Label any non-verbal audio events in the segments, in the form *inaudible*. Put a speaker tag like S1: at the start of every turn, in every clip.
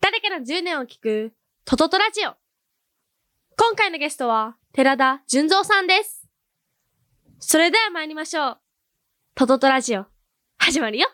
S1: だけの10年を聞く、トトトラジオ。今回のゲストは、寺田純三さんです。それでは参りましょう。トトトラジオ、始まるよ。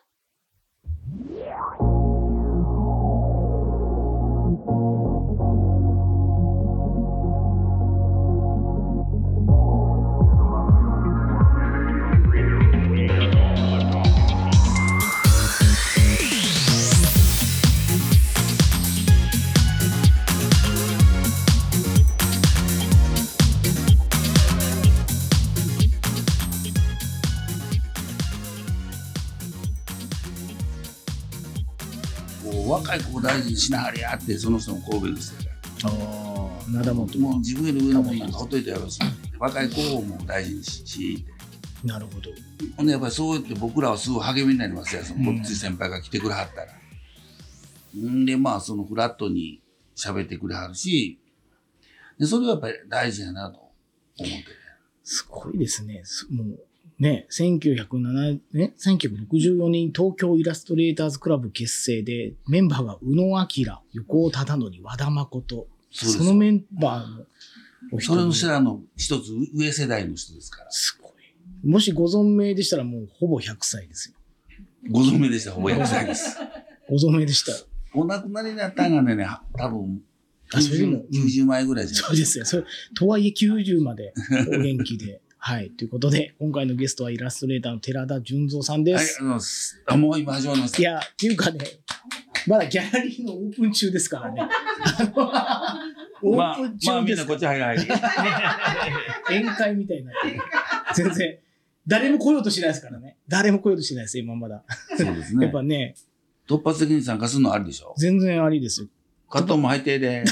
S2: こう若い子を大事にしなはれやってその人の神戸の人やから
S3: ああ、なだもと。
S2: もう自分より上のもんなんかほっといてやろうし若い子をもう大事にしし
S3: なるほど。
S2: ほんでやっぱりそうやって僕らはすごい励みになりますよその
S3: うん
S2: こっち先輩が来てくれはったら。んでまあそのフラットに喋ってくれはるしでそれはやっぱり大事やなと思って
S3: すごいですね。すもう、ね、1907ね、1964年東京イラストレーターズクラブ結成で、メンバーが宇野明、横尾忠則、和田誠。
S2: そうです
S3: そのメンバーのお一
S2: それ
S3: 人
S2: の下の一つ上世代の人ですから
S3: すごい。もしご存命でしたらもうほぼ100歳ですよ。
S2: ご存命でした親御さ
S3: *laughs*
S2: んです
S3: ご存命でした。
S2: お亡くなりになったんがねね多分
S3: あそれでも
S2: 90 90前ぐらいじゃない
S3: そうですね。それ、とはいえ90までお元
S2: *laughs*
S3: 気で。はい。ということで、今回のゲストはイラストレーターの寺田純三さんで
S2: はい、あり
S3: す
S2: が。とうございます。あ、もう今始まりまし
S3: い
S2: た。
S3: や、っていうかね、まだギャラリーのオープン中で
S2: *laughs*
S3: すからね。
S2: ま
S3: あ
S2: あ
S3: の、オープン、
S2: まあ
S3: 中
S2: み
S3: で
S2: んな
S3: す、
S2: こっち入
S3: *laughs*
S2: らない。
S3: 宴会みたいになってる。全然、誰も来ようとしないですからね。誰も来ようとしないです、今まだ。
S2: そうです
S3: や
S2: ね
S3: っ。ぱね、
S2: 突発的に参加するのあるでしょ。
S3: 全然ありですよ。
S2: カットも入って
S3: *laughs*
S2: で。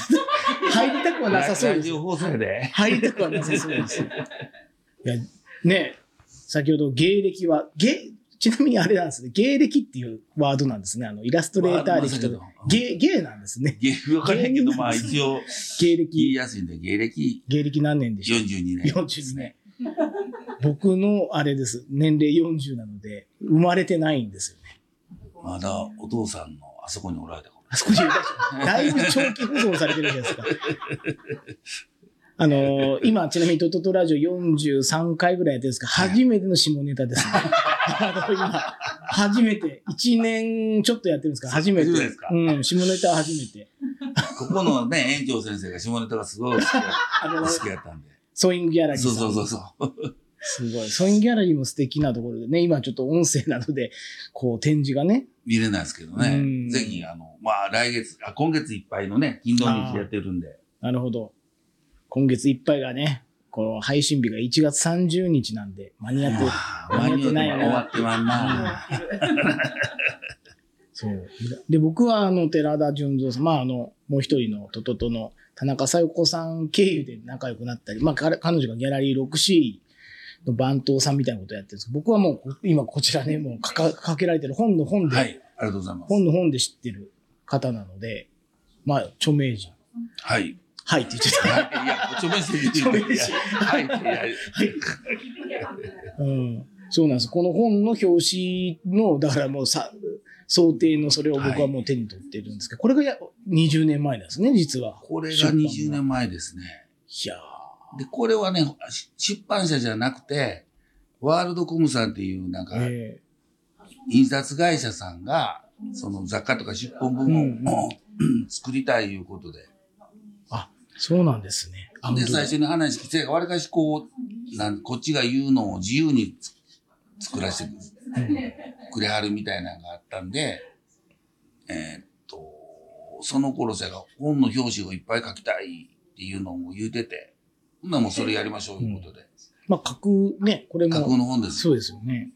S3: 入りたくはなさそう
S2: ラ
S3: です
S2: ジ。オ放送やで。
S3: 入りたくはなさそうです。いや、ね、先ほど芸歴は、芸、ちなみにあれなんですね。芸歴っていうワードなんですね。あの、イラストレーター歴と。
S2: ゲ
S3: 芸、芸なんですね。
S2: ー、わからへんけど、まあ一応、言
S3: 芸
S2: い
S3: 歴、
S2: やすいんで、芸歴
S3: 芸歴何年でした
S2: 42年。
S3: 42年。 *laughs* 僕のあれです。年齢40なので、生まれてないんですよね。
S2: まだお父さんのあそこにおられた頃。
S3: あそこにいらっし
S2: *laughs*
S3: ゃるだいぶ長期保存されてるじゃないですか。あのー今、ちなみにトトトラジオ43回ぐらいやってるんですが、初めての下ネ
S2: *laughs*
S3: タですね。あの、今、初めて、1年ちょっとやってるんですか初めて。
S2: 初めてですか
S3: うん、下ネタは初めて。
S2: ここのね、園長先生が下ネタがすごい好きや
S3: あの
S2: 好、きやったんで。
S3: ソイングギャラリーさ
S2: そ
S3: ん
S2: うそうそうそう。
S3: すごい。ソイングギャラリーも素敵なところでね、今ちょっと音声なので、こう展示がね、
S2: 見れないですけど
S3: う
S2: ね。
S3: ん
S2: ぜひ、あの、まあ来月、あ、今月いっぱいのね、金土日やってるんで。
S3: なるほど。今月いっぱいがね、この配信日が1月30日なんで、間に合って、
S2: あー間に合ってないな終わってまんな。
S3: そう。で、僕はあの、寺田純三さん、まああの、もう一人のトトトの田中小夜子さん経由で仲良くなったり、まあ彼彼女がギャラリー 6C の番頭さんみたいなことをやってるんですけど、僕はもう今こちらね、もうかかかけられてる本の本で、
S2: はい、ありがとうございます。
S3: 本の本で知ってる方なので、まあ著名人。
S2: はい。い
S3: はいって言っちゃった。
S2: や、いや著名人
S3: 著名人
S2: いやはい、いや、
S3: うん、そうなんです。この本の表紙の、だからもうさ、想定のそれを僕はもう手に取ってるんですけど、これがや20年前なんですね、実は。
S2: これ
S3: 出
S2: が
S3: 版の
S2: 20年前ですね。
S3: いやー
S2: で、これはね、し出版社じゃなくて、ワールドコムさんっていうなんか、
S3: え
S2: 印刷会社さんが、その雑貨とか出版
S3: うん
S2: 本を *clears throat* 作りたいいうことで。
S3: ーそうなんですね。あ
S2: で、
S3: 本当だ
S2: 最初に話聞いて、わりかしこう、なんこっちが言うのを自由につ作らせてくる。
S3: うん
S2: くれはるみたいなのがあったんで、えーっと、その頃じゃが本の表紙をいっぱい書きたいっていうのを言うてて、ほんならもうそれやりましょういうことで。
S3: まあ、架空ね、これ
S2: 架空
S3: も、
S2: の本ですよ。
S3: そうですよね。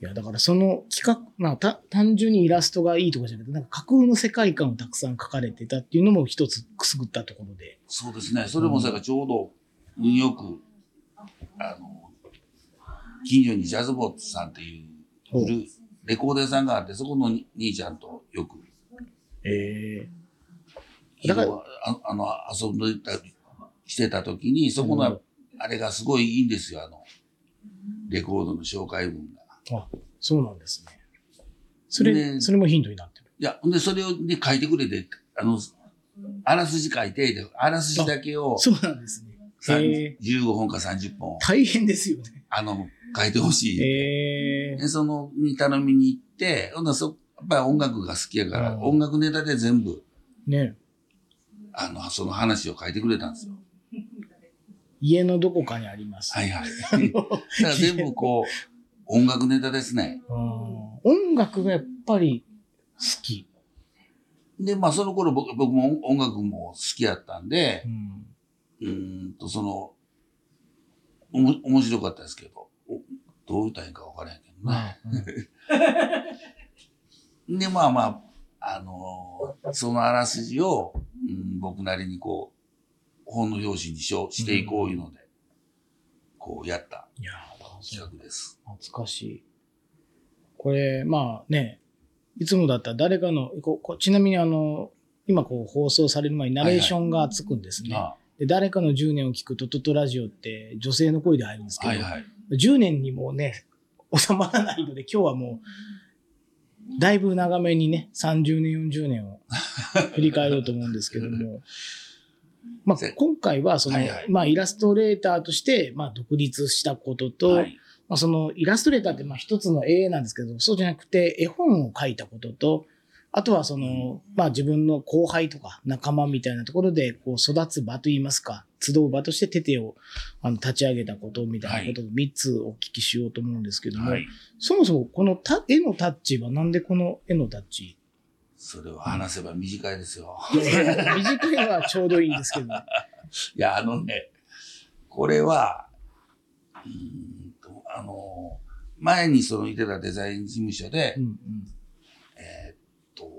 S3: いや、だからその企画、まあ、た単純にイラストがいいとかじゃなくて、なんか架空の世界観をたくさん描かれてたっていうのも一つくすぐったところで。
S2: そうですね。それもさ、ちょうど運よく、あの、近所にジャズボッツさんっていう
S3: ほう
S2: 古いレコード屋さんがあって、そこのに兄ちゃんとよく、
S3: え
S2: 昼
S3: だから
S2: はああの、遊んでたりしてた時に、そこの、あれがすごいいいんですよ、あの、レコードの紹介文が。
S3: そうなんですね。それ、
S2: ね
S3: それもヒントになってる。
S2: いや、ほんで、それを、ね、書いてくれて、あの、あらすじ書いて、であらすじだけを
S3: そうなんですね。
S2: さん
S3: へえ
S2: 15本か30本、
S3: 大変ですよね。
S2: あの、書いてほしい。
S3: へえ
S2: でその、に頼みに行って、ほんならそ、やっぱり音楽が好きやから、
S3: うん
S2: 音楽ネタで全部、
S3: ね
S2: あの、その話を書いてくれたんですよ。
S3: 家のどこかにあります。
S2: はい
S3: *laughs*
S2: はい。だから全部こう、音楽ネタですね。
S3: うん音楽がやっぱり好き。
S2: で、まあその頃僕僕も音楽も好きやったんで
S3: う、ん
S2: うーんと、その、おも面白かったですけど、おどう歌いか分からへんけどな。で、まあまあ、あのーそのあらすじを、うん、僕なりにこう、本の表紙にしようしていこういうので、こうやった
S3: いや
S2: 企画です。
S3: 懐かしい。これ、まあね、いつもだったら誰かの、ここちなみにあの、今こう放送される前にナレーションがつくんですね。
S2: あ
S3: で誰かの10年を聞くトトトラジオって女性の声で入るんですけど、
S2: はいはい。
S3: 10年にもね、収まらないので、今日はもう、だいぶ長めにね、30年、40年を振り返ろうと思うんですけど
S2: *laughs*
S3: も、まあ
S2: ぜ、
S3: 今回はその、
S2: はいはい
S3: まあ、イラストレーターとして、まあ、独立したことと、
S2: はい、
S3: まあ、そのイラストレーターってまあ一つの絵なんですけど、そうじゃなくて絵本を描いたことと、あとはその、まあ自分の後輩とか仲間みたいなところでこう育つ場といいますか、集う場としてテテをあの立ち上げたことみたいなことを3つお聞きしようと思うんですけども、
S2: はい。
S3: そもそもこのた絵のタッチはなんでこの絵のタッ
S2: *laughs*
S3: チ
S2: それは話せば短いですよ。
S3: いや短いのはちょうどいいんですけど、
S2: いや、あのね、これは、うーんと、あの、前にそのいてたデザイン事務所で、
S3: うんうん、
S2: えーっと、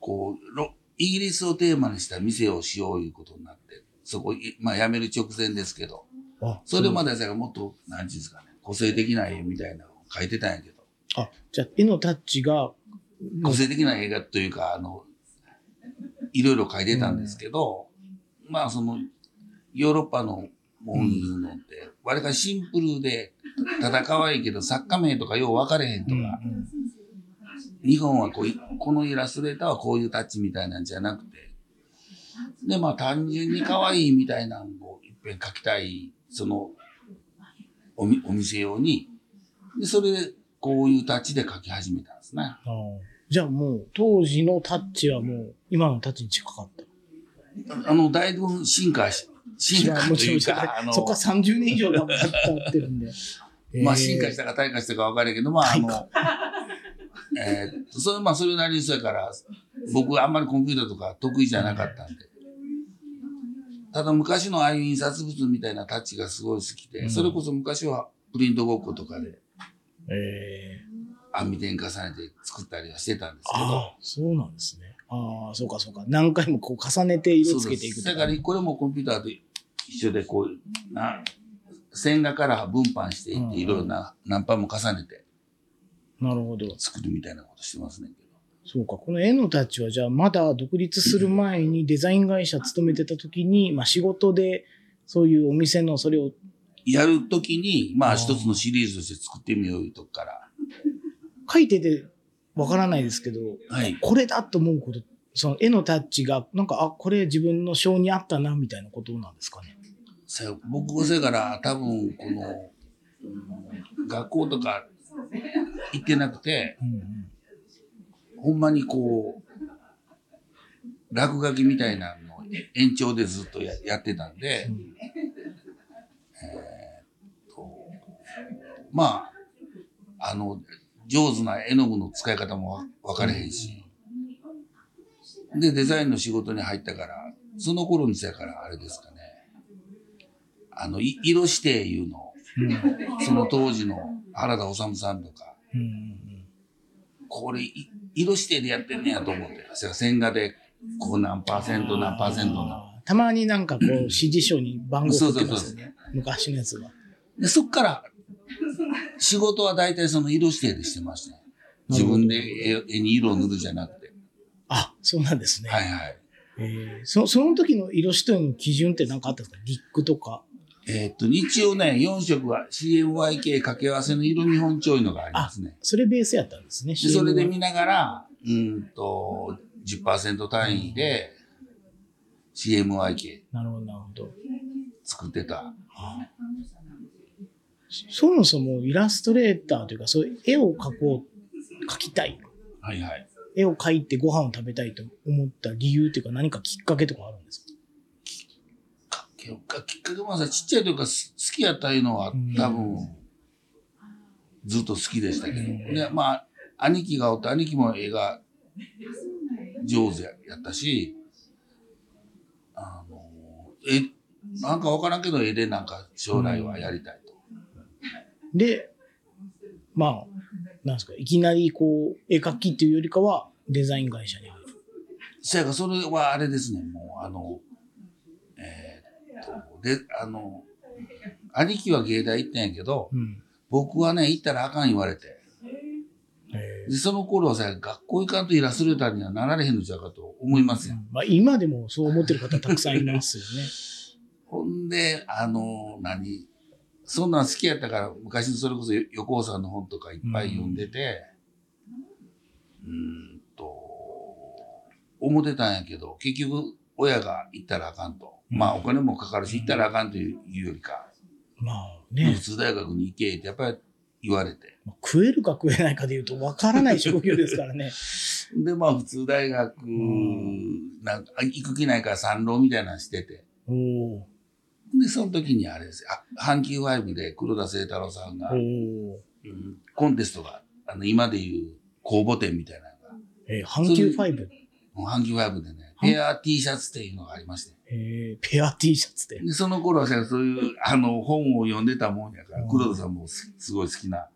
S2: こう、ロイギリスをテーマにした店をしよういうことになって、そこ、いまあ辞める直前ですけど、
S3: あ
S2: それま
S3: で
S2: でさ、もっと、なんちゅうんですかね、個性的な絵みたいなのを描いてたんやけど、
S3: あじゃあ絵のタッチが
S2: 個性的な映画というか、あの、いろいろ書いてたんですけど、まあその、ヨーロッパのもんいうのって、わりかしシンプルで、ただ可愛いけど作家名とかよう分かれへんとか、
S3: うんうん
S2: 日本はこういこのイラストレーターはこういうタッチみたいなんじゃなくて、で、まあ単純に可愛いみたいなのをいっぺん描きたい、そのおみ、お店用に、で、それでこういうタッチで描き始めたんですね。
S3: あーじゃあもう当時のタッチはもう今のタッチに近かった。
S2: あの、だいぶ進化し、進化というか、あの、
S3: そっから30年以上頑張ってるんで。。
S2: *laughs* まあ進化したたか退化したか分からんけど、まああ
S3: 退
S2: の、えーっと、それ、まあそれなりにそうやから、僕あんまりコンピューターとか得意じゃなかったんで。ただ昔のああいう印刷物みたいなタッチがすごい好きで、
S3: うん
S2: それこそ昔はプリントごっことかで
S3: えー
S2: 網点重ねて作ったりはしてたんですけど、
S3: ああ、そうなんですね。ああ、そうかそうか。何回もこう重ねて色つけていくと
S2: だからこれもコンピューターと一緒でこうな線画から分搬していっていろいろな何パンも重ねて
S3: なるほど。
S2: 作るみたいなことしてますねんけど
S3: そうか。この絵のタッチはじゃあまだ独立する前にデザイン会社勤めてた時に、まあ仕事でそういうお店のそれを、
S2: やるときにま
S3: あ
S2: あ
S3: ー
S2: 一つのシリーズとして作ってみよういうとこから
S3: 書いててわからないですけど、
S2: はい
S3: これだと思うこと、その絵のタッチが、なんか、あ、これ自分の性に合ったな、みたいなことなんですかね。
S2: さよ僕がせやから多分このうん学校とか行ってなくて
S3: うんうん、
S2: ほんまにこう落書きみたいなのを延長でずっとややってたんで、とまあ、あの、上手な絵の具の使い方もわ分かれへんし。で、デザインの仕事に入ったから、その頃にせやから、あれですかね。あの、い色指定いうのを
S3: うんうん
S2: その当時の原田修さんとか、
S3: うんうん
S2: これ、い色指定でやってんねやと思って。せや線画で、こう何パーセント何パーセントな。
S3: あーたまになんかこう、指示書に番号書いてますよね。昔のやつは。
S2: で、そっから、仕事は大体その色指定でしてましたね。自分で絵絵に色を塗るじゃなくて。
S3: あ、そうなんですね。
S2: はいはい。
S3: えーそその時の色指定の基準って何かあったんですかリックとか。
S2: えーっと、一応ね、4色は CMYK 掛け合わせの色見本ちょいのがありますね。
S3: それベースやったんですね。
S2: でそれで
S3: CM は
S2: 見ながら、うーんと、 10%単位で CMYK
S3: なるほど、なるほど。
S2: 作ってた。
S3: そもそもイラストレーターというか、そういう絵を描こう、描きたい。
S2: はいはい。
S3: 絵を描いてご飯を食べたいと思った理由というか、何かきっかけとかあるんですか
S2: かっけよかきっかけもさ、ちっちゃい時からす好きやったいうのは
S3: うん
S2: 多分、ずっと好きでしたけど。
S3: うん
S2: で、まあ、兄貴がおって、兄貴も絵が上手ややったし、あの、え、なんかわからんけど絵でなんか将来はやりたいと。
S3: で、まあ、なんですか、いきなりこう、絵描きっていうよりかは、デザイン会社に入る。
S2: せやからそれはあれですね、もうあの、えーっと、で、あの、兄貴は芸大行ったんやけど、
S3: うん。
S2: 僕はね、行ったらあかん言われて。
S3: え
S2: で、その頃はさ、学校行かんとイラストレーターにはなられへんのちゃうかと思いますやん。
S3: まあ、今でもそう思ってる方たくさんいますよね。
S2: ほんで、あの、何そんなん好きやったから、昔のそれこそよ横尾さんの本とかいっぱい読んでて、うーんと、思ってたんやけど、結局、親が行ったらあかんと。まあ、お金もかかるし、行ったらあかんというよりか、
S3: *laughs* まあ
S2: 普
S3: ね、
S2: 通大学に行けってやっぱり言われて。
S3: まあ食えるか食えないかで言うと、わからない職業ですからね。
S2: で、まあ、普通大学、
S3: ん
S2: なんか、行く気ないから三浪みたいなのしてて。
S3: *laughs* おお
S2: で、その時にあれですよ。あ、阪急ファイブで黒田清太郎さんが、
S3: お
S2: う
S3: お
S2: んコンテストが、あの、今でいう公募展みたいなの
S3: えー、阪急ファイブ。
S2: が、阪急ファイブでね、ペア T シャツっていうのがありまして。
S3: えー、ペア T シャツで。
S2: で、その頃はさそういう、あの、本を読んでたもんやから
S3: う、ん
S2: 黒田さんもすすごい好きな、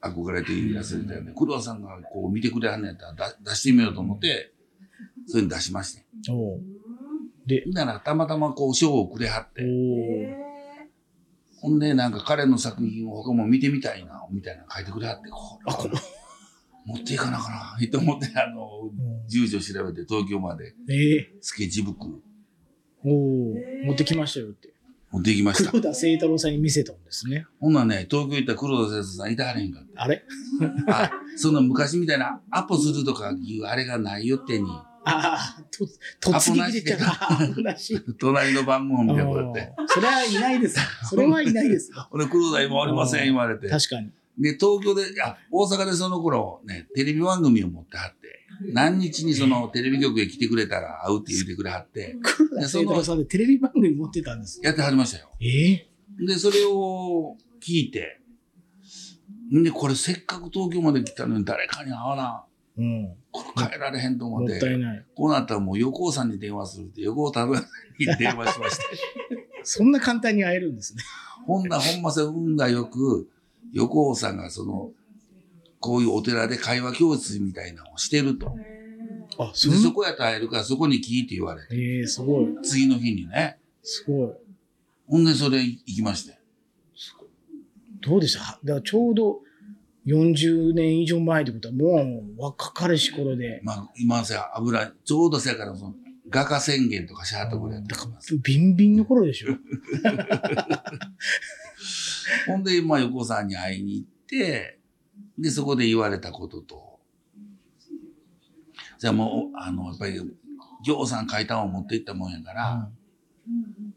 S2: 憧れていらっしゃるみたいで、黒田さんがこう見てくれはんのやったらだ出してみようと思って、それに出しまして。
S3: おおで、
S2: なら、たまたまこう賞をくれはって
S3: お、お
S2: ほんで、なんか彼の作品を他も見てみたいな、みたいなの書いてくれはって、これは持っていかなあかな、と思って、あの、住所調べて東京まで
S3: え
S2: スケッチブック
S3: ー、おお持ってきましたよって。
S2: 持ってきました
S3: *laughs* 黒。田清太郎さんに見せたんですね。
S2: ほんならね、東京行ったら黒田先生さんいてはれへんかって。
S3: あれ
S2: あ、そんな昔みたいなアポするとかいうあれがないよってに、
S3: ああ、と、突撃できち
S2: *laughs*
S3: ゃった。同じ。
S2: 隣の番号みたいなことやって。
S3: あーそれはいないです。それはいな
S2: *laughs*
S3: いです。
S2: 俺黒田今おりません言われて。
S3: 確かに。
S2: で、東京で、あ、大阪でその頃ね、テレビ番組を持ってはって、何日にそのテレビ局へ来てくれたら会うって言ってくれはって、
S3: 黒田清太郎さんでテレビ番組持ってたんです。
S2: やってはりましたよ。
S3: ええ
S2: で、それを聞いて、んで、これせっかく東京まで来たのに誰かに会わな、
S3: うん。
S2: これ帰られへんと思
S3: も
S2: っ
S3: ったい
S2: て、
S3: ない。
S2: こうなったらもう横尾さんに電話するって、横尾太郎さんに電話しました。
S3: *laughs* そんな簡単に会えるんですね。
S2: ほんなほんまさ、運がよく、横尾さんがその、こういうお寺で会話教室みたいなのをしてると。
S3: あ、そ
S2: で、そこやったら会えるからそこに聞いて言われて、
S3: ええすごい。
S2: 次の日にね。
S3: すごい。
S2: ほんで、それ行きまして。
S3: どうでしたはだからちょうど40年以上前ってことは、もう若かりし頃で、
S2: まあ、今さ、油、ちょうどせやから、その、画家宣言とかしはったぐらいやった
S3: だ
S2: と
S3: か
S2: 思い
S3: ら
S2: ます。
S3: ビンビンの頃でしょ。
S2: ほんで、まあ、横尾さんに会いに行って、で、そこで言われたことと、じゃあもう、あの、やっぱり、行さん書いたんを持って行ったもんやから、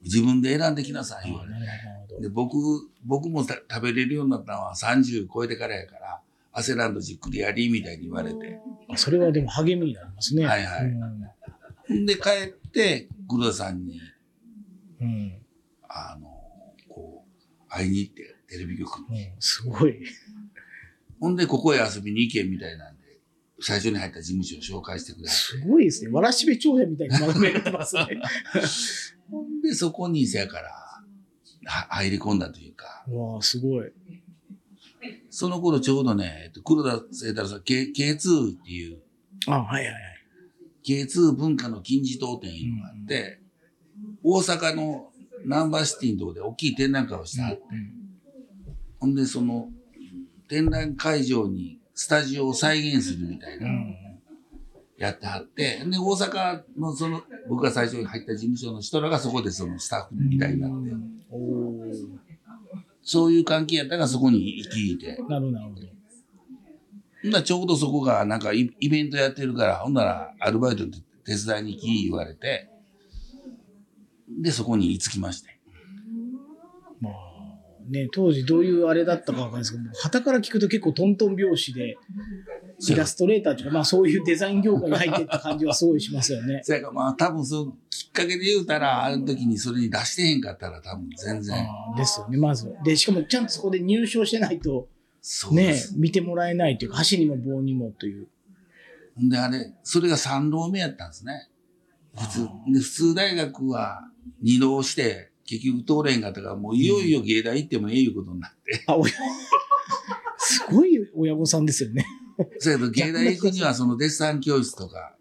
S2: 自分で選んできなさい、言われて
S3: なるほ
S2: で、
S3: ど。
S2: 僕、僕もた食べれるようになったのは30超えてからやから、焦らんとじっくりやり、みたいに言われて。
S3: あそれはでも励みになりますね。
S2: はいはい
S3: うん
S2: ほんで、帰って、黒田さんに、
S3: うん
S2: あの、こう、会いに行って、テレビ局に。
S3: うんすごい。
S2: ほんで、ここへ遊びに行け、みたいなんで、最初に入った事務所を紹介してくれはって
S3: すごいですね。わらしべ長者みたいに学べてます
S2: *laughs*
S3: ね。
S2: ほんで、そこにせやから、は入り込んだというか、
S3: うわあ、すごい。
S2: その頃ちょうどね、えっと黒田清太郎さん、K、K2 っていう、
S3: あはいはいはい。
S2: K2 文化の金字塔っていうのがあって、大阪のナンバーシティのとこで大きい展覧会をした。ほんで、その、展覧会場にスタジオを再現するみたいな、やってはって、で、大阪のその、僕が最初に入った事務所の人らがそこでそのスタッフみたいになって、
S3: おお。
S2: そういう関係やったからそこに行きいて、
S3: なるほどなるほど。
S2: ほんならちょうどそこがなんかイイベントやってるから、ほんならアルバイトで手伝いに来い言われて、で、そこに居つきまして。
S3: まあね、当時どういうあれだったかわかんないですけど、はたから聞くと結構トントン拍子で、イラストレーターとか、まあそういうデザイン業界に入ってった感じはすごいしますよね。
S2: そやからまあ多分そのきっかけで言うたら、あの時にそれに出してへんかったら多分全然。
S3: あーですよね、まずは。で、しかもちゃんとそこで入賞してないと、
S2: そうで
S3: ね
S2: す。、
S3: 見てもらえないというか、箸にも棒にもという。
S2: ほんであれ、それが3浪目やったんですね。普通、で普通大学は2浪して、結局通れへんかったから、もういよいよ芸大行ってもええいうことになって。
S3: あ、親、すごい親御さんですよね。
S2: そやけど芸大行くにはそのデッサン教室とか、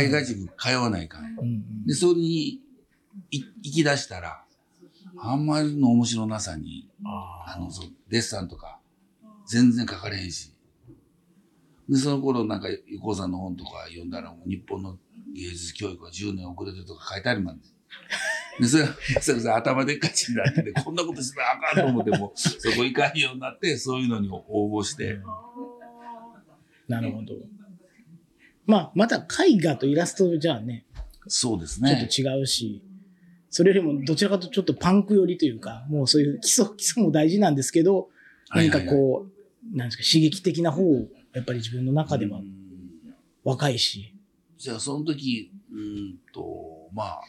S2: 絵画塾通わないかん。
S3: うんうん
S2: で、それにい行き出したら、あんまりの面白なさに、あの、そうデッサンとか、全然書かれへんし。で、その頃なんか、横尾さんの本とか読んだら、もう日本の芸術教育は10年遅れてるとか書いてありまんねん。で、それ、それそれ頭でっかちになってて、こんなことしたらあかんと思って、もうそこ行かんようになって、そういうのに応募して、
S3: なるほど。まあ、また絵画とイラストじゃあね、
S2: そうです
S3: ちょ
S2: ね。
S3: っと違うし、それよりもどちらかというとちょっとパンク寄りというか、もうそういう基礎、基礎も大事なんですけど、
S2: は
S3: 何
S2: い
S3: か
S2: はいはい
S3: こう、なんですか、刺激的な方を、やっぱり自分の中では
S2: うん
S3: 若いし、
S2: じゃあその時、うーんと、まあ、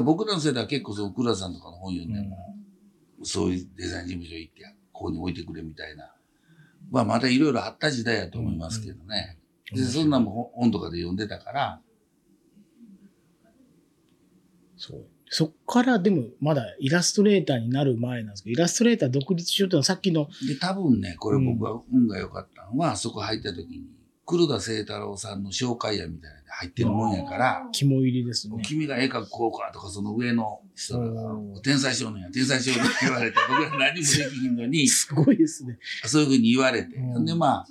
S2: 僕らの世代は結構その倉さんとかの本読んでも、そういうデザイン事務所行って、ここに置いてくれみたいな。まあまたいろいろあった時代やと思いますけどね。
S3: うん
S2: で、そんなんも本とかで読んでたから、
S3: そう。そっからでもまだイラストレーターになる前なんですけど、イラストレーター独立しようというのはさっきの、
S2: で、多分ね、これ僕は運が良かったのは、そこ入った時に、黒田清太郎さんの紹介やみたいなので入ってるもんやから、
S3: 肝入りですね。
S2: 君が絵描くこうかとか、その上の人らが
S3: うん、
S2: 天才少年や、天才少年って言われて、僕ら何もできひんの
S3: *laughs*
S2: に、
S3: すごいですね。
S2: そういうふうに言われて、
S3: うん
S2: でまあ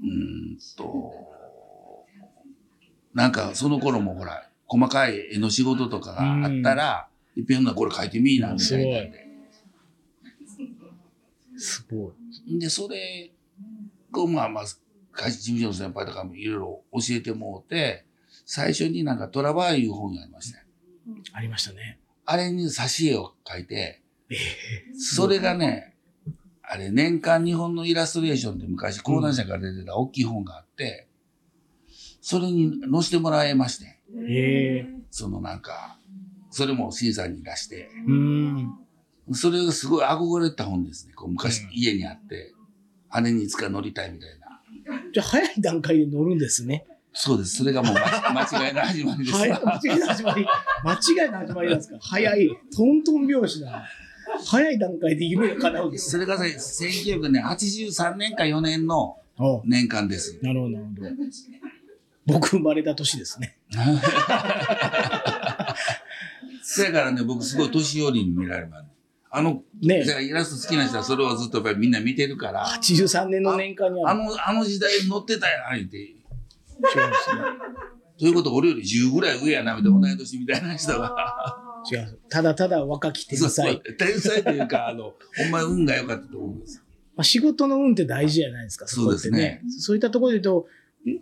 S2: うーんとなんかその頃もほら細かい絵の仕事とかがあったら、いっぺんほんならこれ描いてみいなみたいなんで、
S3: すごい。
S2: でそれをまあまあ会社事務所の先輩とかもいろいろ教えてもうて最初になんか「トラバー」いう本がありましたよ
S3: ありましたね。
S2: あれに挿絵を描いて、それがねあれ年間日本のイラストレーションって昔講談社から出てた大きい本があって、それに載せてもらえまして
S3: ええ
S2: そのなんかそれも審査に出して
S3: うん。
S2: それがすごい憧れた本ですねこう昔
S3: うん
S2: 家にあって、あれにいつか乗りたいみたいな
S3: じゃあ早い段階で乗るんですね。
S2: そうですそれがもうま *laughs* 間違いの始まりです
S3: 早い、間違いの始まり。間違いの始まりなんですか。早い、トントン拍子だ。早い段階で夢が叶うんです
S2: そ
S3: ね。
S2: れがね1983年か4年の
S3: おう
S2: 年間です
S3: なるほど、なるほど。僕生まれた年ですね。
S2: そやからね、僕すごい年寄りに見られます。あの、
S3: ね
S2: じゃあイラスト好きな人はそれをずっとやっぱりみんな見てるから、
S3: 83年の年間にあ
S2: あ
S3: る。
S2: の、あの時代に乗ってたやん、言うて。
S3: 違うんですね。
S2: ということは俺より10ぐらい上やな、みたいな同い年みたいな人が。
S3: 違うんですただただ若き *laughs* 天
S2: そう *laughs* そ
S3: 才
S2: う。天才というか、あの、ほんまに運が良かったと思うんです。
S3: まあ、仕事の運って大事じゃないですか、そこってね。
S2: そう
S3: そういったところで言うと、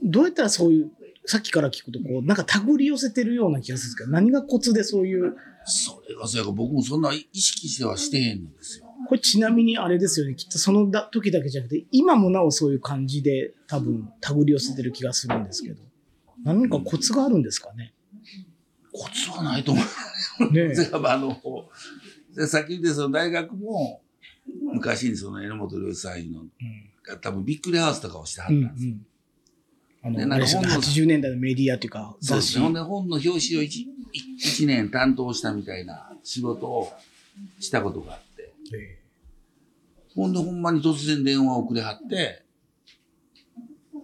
S3: んどうやったらそういう、さっきから聞くと、こう、なんか手繰り寄せてるような気がするんですけど、何がコツでそういう、
S2: それがそうやから僕もそんな意識してはしてへんのですよ。
S3: これちなみにあれですよね、きっとそのだ時だけじゃなくて、今もなおそういう感じで多分手繰り寄せてる気がするんですけど、何かコツがあるんですかね。
S2: コツはないと思う。
S3: ね
S2: それからまああの、でさっき言ってその大学も、昔にその榎本良一さんいうの
S3: うん
S2: が多分ビックリハウスとかをしてはっ
S3: う
S2: た
S3: ん
S2: ん
S3: う
S2: ですよ。
S3: ん。あの、
S2: ね
S3: あ
S2: なんか
S3: れですよね
S2: 本の
S3: 80年代のメディアというか、
S2: そう
S3: 雑
S2: です
S3: 誌。
S2: ね。ほんで本の表紙を 1, 一年担当したみたいな仕事をしたことがあって。
S3: え
S2: ほんでほんまに突然電話をくれはって、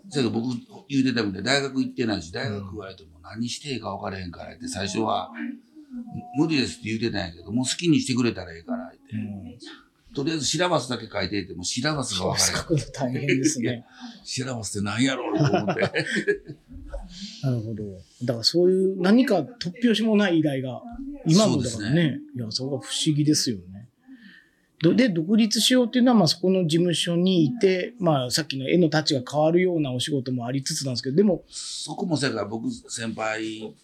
S2: せやけど僕言うてたみたいに大学行ってないし、大学はともう何していいか分からへんからって最初は、無理ですって言うてたんやけど、もう好きにしてくれたらええからって。
S3: えうん
S2: とりあえずシラバスだけ書いていてもシラバスが分からへ
S3: 書
S2: ん。
S3: くの大変ですね。
S2: シラバスって何やろうと思って。
S3: なるほど。だからそういう何か突拍子もない依頼が、今もだか
S2: そう
S3: ら
S2: で
S3: ね、
S2: すね
S3: いや、そこが不思議ですよね。どで、独立しようっていうのは、まあ、そこの事務所にいて、まあ、さっきの絵のタッチが変わるようなお仕事もありつつなんですけど、でも、
S2: そこもせやから僕先輩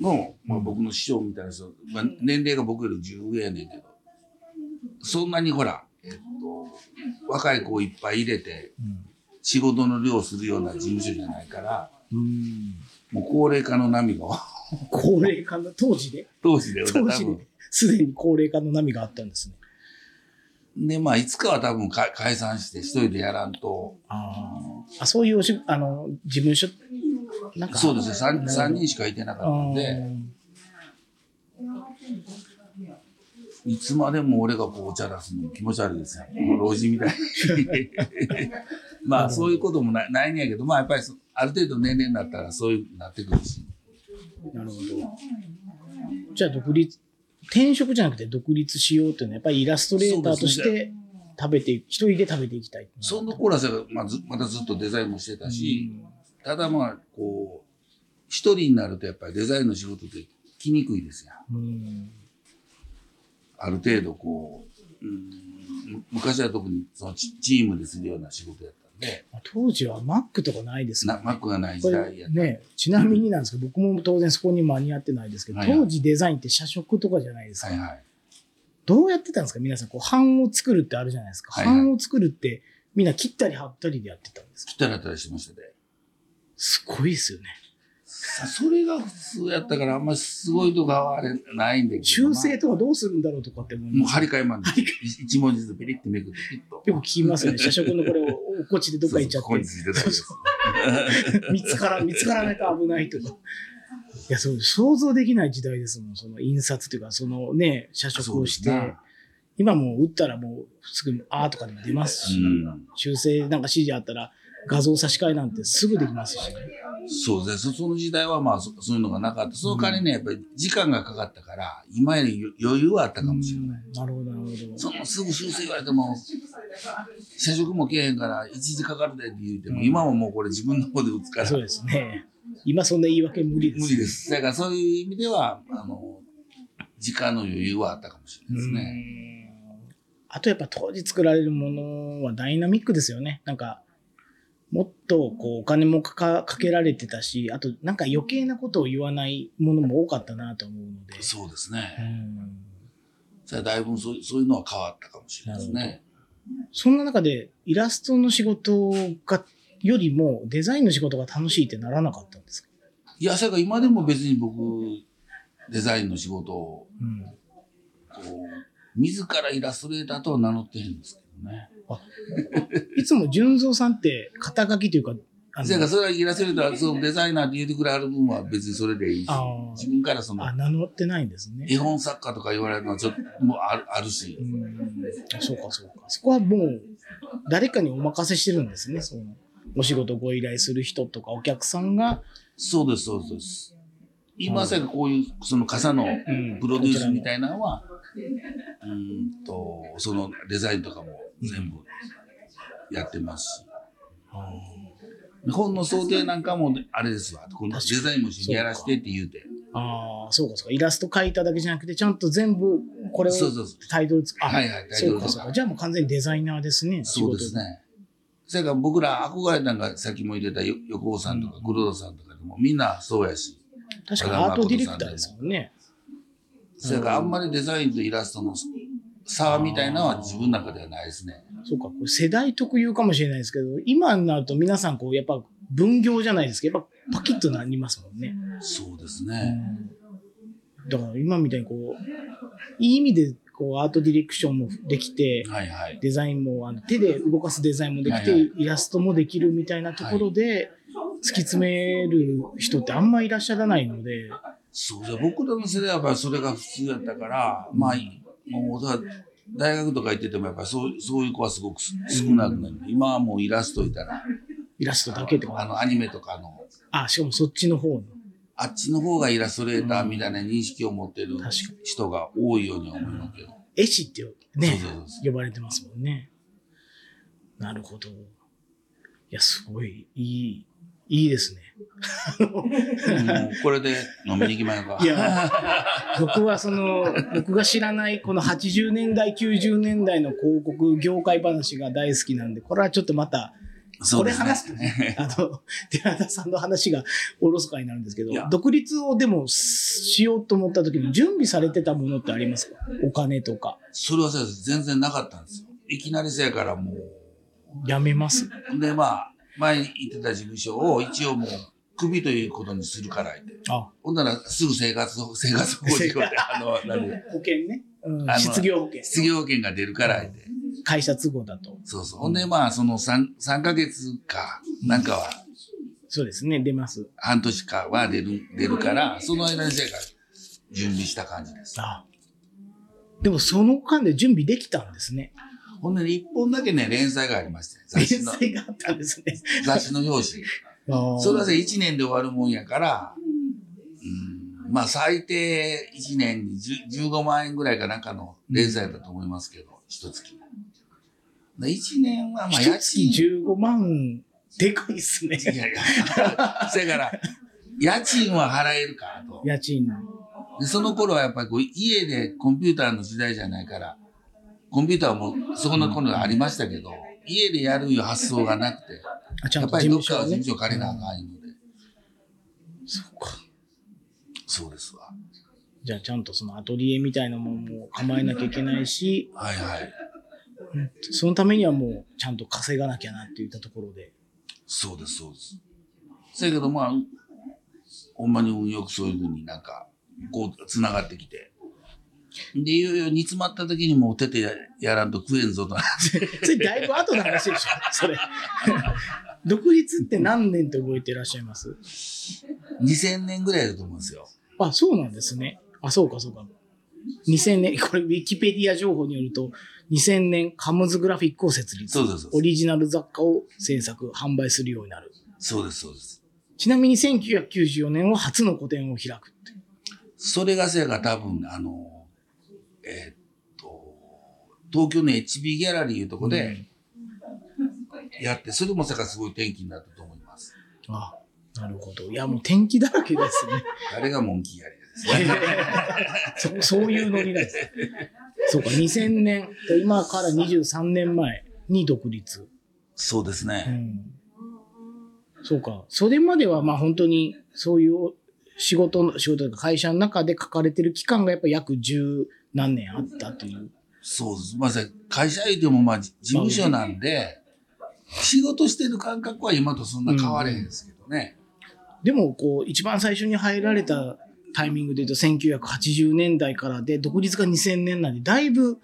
S2: の、まあ、僕の師匠みたいな人、まあ、年齢が僕より10上やねんけどそんなにほら、えっと、若い子をいっぱい入れて仕事の量をするような事務所じゃないから
S3: うん、
S2: もう高齢化の波が *laughs*
S3: 高齢化の、当時で、
S2: 当時で多
S3: 当時
S2: 分
S3: で、すでに高齢化の波があったんですね。
S2: でまあいつかは多分か解散して一人でやらんと
S3: あーあ、そういうおし、あの、事務所、なんか、
S2: そうですね 3, 三人しかいてなかったん
S3: あ
S2: で
S3: ー
S2: いつまでも俺がこうお茶出すの気持ち悪いです
S3: *laughs*
S2: よもう老人みたいに *laughs* まあそういうこともないないんやけどまあやっぱりそある程度年齢になったらそういうなってくるし
S3: なるほど。じゃあ独立、転職じゃなくて独立しようっていうのは、やっぱりイラストレーターとし
S2: そう
S3: て食べて、一人で食べていきたい。
S2: その頃はさまあずまたずっとデザインもしてたし、ただまあこう一人になるとやっぱりデザインの仕事って来にくいですやん
S3: うん。
S2: ある程度こう、うん、む昔は特にそのチチームでするような仕事やったんで
S3: 当時は Mac とかないです
S2: な
S3: か
S2: マックがない
S3: こ
S2: 時
S3: れ
S2: 代やった
S3: ね、ちなみになんですけど、僕も当然そこに間に合ってないですけど、
S2: はいはい
S3: 当時デザインって社食とかじゃないですか。
S2: はいはい
S3: どうやってたんですか皆さん、こう、版を作るってあるじゃないですか。
S2: はいはい
S3: 版を作るって、みんな切ったり貼ったりでやってたんですか
S2: 切ったらたりしてましたです
S3: ごいですよね。
S2: さそれが普通やったからあんまりすごいとかはあれないんで
S3: 修正とかどうするんだろうとかって思い
S2: もう
S3: ます。
S2: 張り替えまで一一文字ずつピリッてめくってピッと
S3: よく聞きます
S2: *laughs*
S3: よね。社食のこれを落っこちでどっか行っち
S2: そうそ
S3: ゃって
S2: うここについてたんです
S3: 見つから、見つからないと危ないとか。いや、そう、想像できない時代ですもん。その印刷というか、そのね、社食をし
S2: そうです
S3: て
S2: ね。
S3: 今もう打ったらもうすぐ、あーとかでも出ますし、
S2: うん
S3: 修正なんか指示あったら画像差し替えなんてすぐできますしね。
S2: そうですね。そその時代はまあそそういうのがなかった。その代わりね、やっぱり時間がかかったから、今より余裕はあったかもしれない。
S3: うんなるほど、なるほど。
S2: そのすぐ修正言われても、社食もけえへんから、一時かかるでって言うても、
S3: うん
S2: 今はもうこれ自分の方で打つから、
S3: そうですね。今そんな言い訳無理です。
S2: 無理です。だからそういう意味では、あの、時間の余裕はあったかもしれないですね。
S3: うんあとやっぱ当時作られるものはダイナミックですよね。なんか、もっとこうお金もかかかけられてたし、あとなんか余計なことを言わないものも多かったなと思うので。
S2: そうです
S3: う
S2: ね。
S3: ん
S2: じゃあだいぶそうそういうのは変わったかもしれないですね。
S3: そんな中でイラストの仕事が、よりもデザインの仕事が楽しいってならなかったんですか、
S2: いや、それから今でも別に僕、デザインの仕事を、
S3: うん、
S2: こう、自らイラストレーターとは名乗ってるんですけどね。
S3: いつも純三さんって肩書きというか、あの
S2: だからそれはイラストレーター、そのデザイナーって言ってくれはる分は別にそれでいいし
S3: あー、
S2: 自分からその
S3: あ、名乗ってないんですね。
S2: 絵本作家とか言われるのはちょっと、もうあるあるし
S3: う、んそうかそうか。そこはもう誰かにお任せしてるんですね。そのお仕事ご依頼する人とかお客さんが、
S2: そうです、そうです。
S3: う
S2: 今
S3: ん
S2: さこういう、その傘の
S3: ん
S2: プロデュースみたいなのは、うーんと、そのデザインとかも全部やってますし。本の想定なんかも、あれですわ。このデザインも一緒にやらしてって言うて。
S3: ああ、そうかそうか。イラスト描いただけじゃなくて、ちゃんと全部これを
S2: そうそうそう
S3: タイトルつけ、あ
S2: はいはいタイ
S3: そ
S2: トル
S3: う
S2: と
S3: か
S2: か
S3: そうか。じゃあもう完全にデザイナーですね。
S2: そうですね。それから僕ら憧れたんが、さっきも言ってたよ横尾さんとか黒田さんとかでもみんなそうやし。
S3: 仕事で。確かアートディレクターですもんね。
S2: それからあんまりデザインとイラストの差みたいなのは自分の中ではないですね。
S3: そうか。これ世代特有かもしれないですけど、今になると皆さんこう、やっぱ分業じゃないですけど、やっぱパキッとなりますもんね。
S2: そうですね。
S3: だから今みたいにこう、いい意味でこうアートディレクションもできて、
S2: はいはい。
S3: デザインもあの手で動かすデザインもできて、
S2: はいはい
S3: イラストもできるみたいなところで、突き詰める人ってあんまいらっしゃらないので、
S2: そうじゃ僕らの世代はやっぱりそれが普通やったから、まあ、もうだから大学とか行っててもやっぱりそうそういう子はすごくす少なくなる。今はもうイラストいたら、
S3: イラストだけと
S2: あ
S3: か。
S2: のアニメとかの、
S3: あ、しかもそっちの方の。
S2: あっちの方がイラストレーターみたいな認識を持ってる
S3: 確か
S2: 人が多いように思いますけど。
S3: 絵師ってよね
S2: そうそうそう、
S3: 呼ばれてますもんね。なるほど。いや、すごい、いい、いいですね。
S2: もうこれで飲みに行きましょうか。
S3: いや、僕はその、僕が知らないこの80年代、90年代の広告業界話が大好きなんで、これはちょっとまた、
S2: *laughs* そうです
S3: これ話すと
S2: ね。
S3: あの、寺田さんの話がおろそかになるんですけど
S2: いや、
S3: 独立をでもしようと思った時に準備されてたものってありますかお金とか。
S2: *laughs* それはそうです全然なかったんですよ。いきなりせやからも
S3: やめます。
S2: う。で、まあ、前に行ってた事務所を一応もう、クビということにするから言って。
S3: あ、
S2: ほんなら、すぐ生活保、生活保護事項で、あの、なん
S3: *laughs*
S2: で、
S3: 保険ね。うん
S2: あの
S3: 失業保険。
S2: 失業保険が出るから言って。
S3: 会社都合だと。
S2: そうそう。ほんで、まあ、その3、三ヶ月か、なんかは、
S3: そうですね、出ます。
S2: 半年かは出る、出るから、その間にせやから、準備した感じです。
S3: あでもその間で準備できたんですね。
S2: ほんで、一本だけね、連載がありまして、雑誌
S3: 連
S2: の、
S3: 載があったんですね。
S2: 雑誌の表
S3: *laughs*
S2: 紙。それはね、1年で終わるもんやから、うん、まあ最低1年に10 15万円ぐらいかなんかの連載だと思いますけど、一月。で1年はまあ家
S3: 一月
S2: 賃。
S3: 15万、でかいっすね。
S2: いやいや。そやから、家賃は払えるかと。
S3: *laughs* 家賃。
S2: でその頃はやっぱりこう家でコンピューターの時代じゃないから、コンピューターもそこの頃はありましたけど、家でやるいう発想がなくて、
S3: あち
S2: や
S3: ゃん
S2: っ
S3: と
S2: ぱ
S3: 事
S2: りど
S3: 務
S2: っかは
S3: 所は
S2: 事
S3: ね
S2: 務。所借りなあかんいうので、
S3: そうか。
S2: そうですわ。
S3: じゃあちゃんとそのアトリエみたいなもんも構えなきゃいけないし、
S2: はいはい。
S3: そのためにはもうちゃんと稼がなきゃなって言ったところで。
S2: そうです、そうです。せやけど、まあ、ほんまに運よくそういうふうになんか、こう、つながってきて。で、いよいよ煮詰まった時にもう手でややらんと食えんぞとな *laughs* って。
S3: それだいぶ後の話でしょ、それ。 *laughs* 独立って何年って覚えていらっしゃいます
S2: 2000年ぐらいだと思うんですよ。
S3: あ、そうなんですね。あ、そうか、そうか。2000年、これ、ウィキペディア情報によると、2000年、カムズグラフィックを設立。
S2: そうですそうです
S3: オリジナル雑貨を制作、販売するようになる。
S2: そうです、そうです。
S3: ちなみに1994年は初の個展を開くっていう。
S2: それがせやが多分、あの、えーっと、東京の HB ギャラリーいうとこでやって、それもせやからすごい転機になったと思います。
S3: あ、なるほど。いや、もう天気だらけですね。
S2: 誰がモンキーやりですね。
S3: *laughs* そそういうノリなんです。そうか、2000年、今から23年前に独立。
S2: そうです
S3: う
S2: ね。
S3: んそうか。それまでは、まあ本当に、そういう仕事の、仕事というか会社の中で書かれてる期間がやっぱ約十何年あったという。
S2: そうです。まあ、会社員でも、まあ、じ事務所なんで、仕事してる感覚は今とそんな変われへんですけどね。
S3: でも、こう、一番最初に入られたタイミングで言うと、1980年代からで、独立が2000年なんで、だいぶ、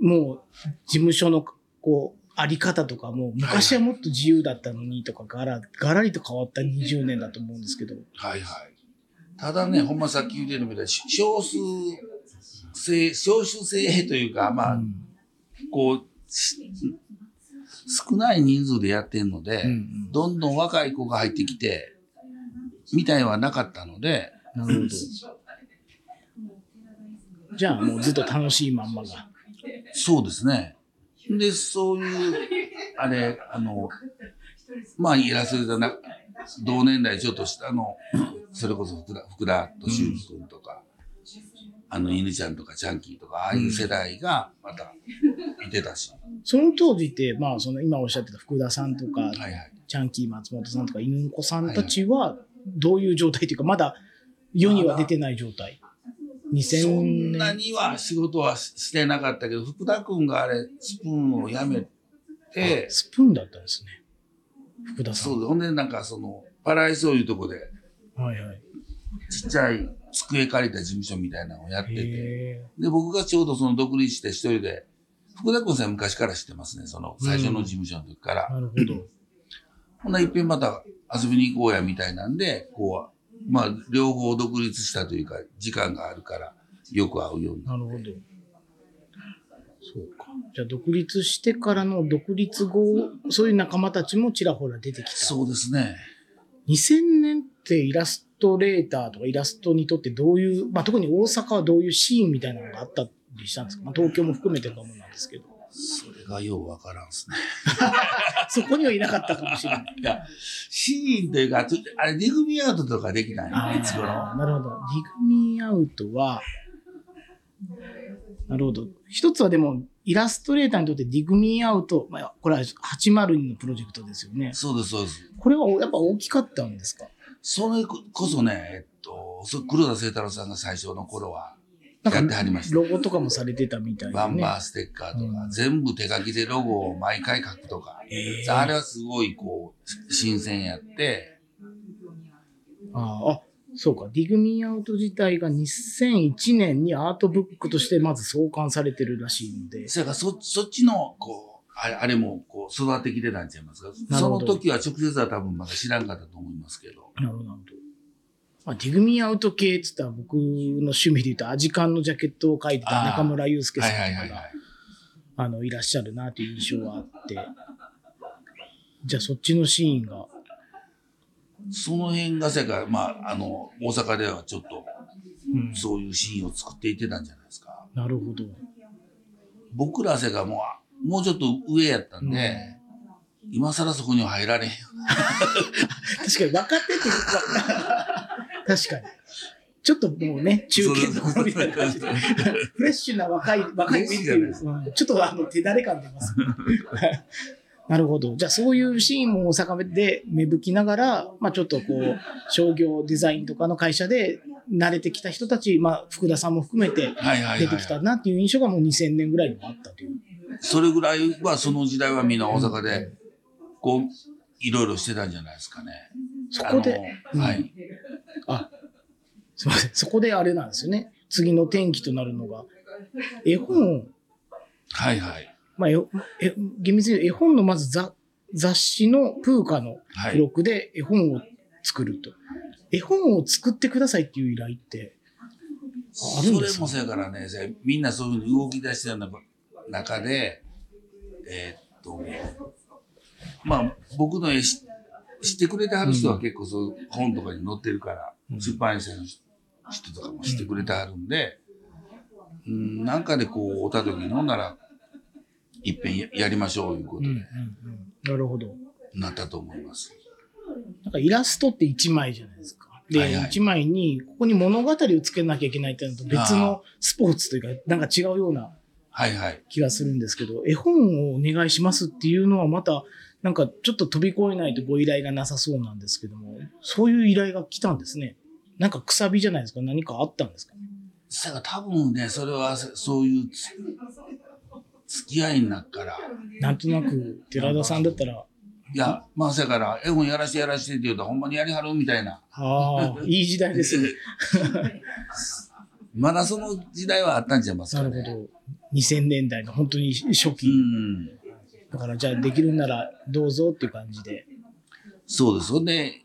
S3: もう、事務所の、こう、あり方とかも、昔はもっと自由だったのにとか、がら、がらりと変わった20年だと思うんですけど。
S2: はいはい。ただね、ほんまさっき言ってるみたいに、し少数性、少数性というか、まあ、
S3: うん
S2: こう、し少ない人数でやってるので、
S3: うんうん
S2: どんどん若い子が入ってきて、みたいはなかったので、
S3: なるほど。じゃあもうずっと楽しいまんまが。
S2: そうですね。で、そういう、あれ、あの、まあ、いらせるじゃなく、同年代ちょっと下の、それこそ福田、福田敏之君とか、あの、犬ちゃんとか、ジャンキーとか、ああいう世代が、また、いてたし。
S3: その当時って、まあその今おっしゃってた福田さんとか、
S2: はいはい。
S3: チャンキー松本さんとか、犬子さんたちはどういう状態というか、まだ世には出てない状態。
S2: そん
S3: 2000
S2: な
S3: 年。
S2: には仕事はししてなかったけど、福田君があれ、スプーンをやめて、
S3: スプーンだったんですね。福田さ。
S2: そうんで、ほんで、なんかその、パライそういうとこで、
S3: はいはい。
S2: ちっちゃい机借りた事務所みたいなのをやってて、
S3: へえ。
S2: で、僕がちょうどその独立して一人で、福田君さん昔から知ってますね、その最初の事務所の時から。
S3: なるほど。
S2: ほんならいっぺんまた遊びに行こうやみたいなんで、こう、まあ、両方独立したというか、時間があるから、よく会うようになっ
S3: なるほど。そうか。じゃあ独立してからの独立後、そういう仲間たちもちらほら出てきた
S2: た。。そうですね。
S3: 2000年ってイラストレーターとかイラストにとってど
S2: *laughs*
S3: ういう、まあ、特に大阪はどういうシーンみたいなのがあったりしたんですか、まあ、東京も含めてると思うんですけど。
S2: それがようわからんですね。
S3: そこにはいなかったかもしれない。
S2: いや、シーンというか、ちょあれ、リグミアウトとかできないのいつ頃
S3: あーなるほど。リグミアウトは、なるほど。一つはでも、イラストレーターにとってディグミアウト、まあ、これは802のプロジェクトですよね。
S2: そうです、そうです。
S3: これはやっぱ大きかったんですか
S2: それこそね、えっと、そ黒田清太郎さんが最初の頃は、
S3: な
S2: や
S3: ん
S2: っ
S3: か
S2: てはりました。
S3: ロゴとかもされてたみたい
S2: バ
S3: な
S2: ン
S3: ね。
S2: バーステッカーと
S3: う
S2: か
S3: ん、
S2: 全部手書きでロゴを毎回書くとか、
S3: えー
S2: あれはすごいこう、新鮮やって、
S3: あーあ、そうか。ディグミアウト自体が2001年にアートブックとしてまず創刊されてるらしいので。
S2: それからそそっちの、こう、あれあれもこう育ってきてたんちゃいますか
S3: なる
S2: そ
S3: ほ
S2: の
S3: ど
S2: 時は直接は多分まだ知らんかったと思いますけど。
S3: なるほど、なるほど。まあ、ディグミアウト系って言ったら僕の趣味で言うと、アジカンのジャケットを描いてた中村祐介さ
S2: は
S3: ん
S2: い
S3: と
S2: はい
S3: か
S2: はいは
S3: が
S2: い。
S3: あのいらっしゃるなという印象はあって、じゃあそっちのシーンが、
S2: その辺が、せから、まあ、あの、大阪ではちょっと、
S3: うん
S2: そういうシーンを作っていってたんじゃないですか。
S3: なるほど。
S2: 僕らせがもう、もうちょっと上やったんで、今更そこには入られへんよね。
S3: 確かに若手っていう *laughs* か、確かに。ちょっともうね、中堅の方みたいな感じで、フレッシュな若い、若いっていう、うんちょっとあの手だれ感出ます。 *laughs* なるほど。じゃあそういうシーンも大阪で芽吹きながら、まあちょっとこう、商業デザインとかの会社で慣れてきた人たち、まあ福田さんも含めて
S2: はいはいはい、
S3: 出てきたなっていう印象がもう2000年ぐらいにもあったという。
S2: それぐらいは、その時代はみんな大阪で、こう、いろいろしてたんじゃないですかね。
S3: そこで、
S2: あのはい。
S3: あ、すみません。そこであれなんですよね。次の転機となるのが、絵本を、
S2: はいはい。
S3: まあ、ええ厳密に言うと絵本のまず雑雑誌のプーカの
S2: は
S3: 付
S2: い。
S3: 録で絵本を作ると。絵本を作ってくださいっていう依頼って、
S2: そ
S3: あるんで
S2: れ
S3: す
S2: も
S3: ね
S2: せやからね、せみんなそういうふうに動き出してる中で、えーっと、まあ、僕の絵し知ってくれてはる人は結構そう、本とかに載ってるから、
S3: うん
S2: 出版社の人とかも知ってくれてはるんで、うん、なんかでこう、おた時のなら、いっぺんややりましょういうことに
S3: なるほど。
S2: なったと思います。
S3: なんかイラストって1枚じゃないですか。で、
S2: はいはい
S3: 1枚に、ここに物語をつけなきゃいけないってなると別のスポーツというか、なんか違うような
S2: はいはい。
S3: 気がするんですけど、絵本をお願いしますっていうのはまた、なんかちょっと飛び越えないとご依頼がなさそうなんですけども、そういう依頼が来たんですね。なんかくさびじゃないですか、何かあったんですか
S2: せやから多分ね、それはそそういうつ付き合いになっから、
S3: なんとなく、寺田さんだったら、
S2: いや、まあせやから、絵本やらしてやらしてって言うと、ほんまにやりはるみたいな。
S3: ああ、いい時代です
S2: *laughs*
S3: ね。
S2: まだその時代はあったんちゃいます
S3: な
S2: かね。
S3: るほど。2000年代の本当に初
S2: う
S3: 期。
S2: ん。
S3: だからじゃあできるならどうぞっていう感じで。
S2: そうです。ほんで、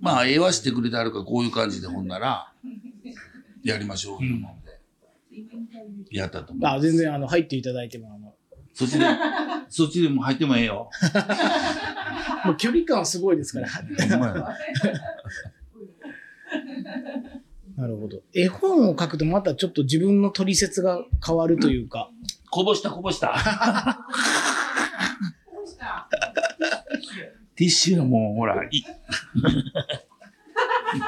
S2: まあ、絵はしてくれてあるから、こういう感じで、ほんなら、やりましょう、いうもんで。やったと思う。
S3: あ全然あの入っていただいても、あの、
S2: そっちで、そっちでも入ってもええよ。
S3: もう距離感はすごいですから、
S2: ほんまやな
S3: なるほど。絵本を書くとまたちょっと自分の取説が変わるというか、
S2: こぼした、こぼした。ティッシュはもう、ほら、い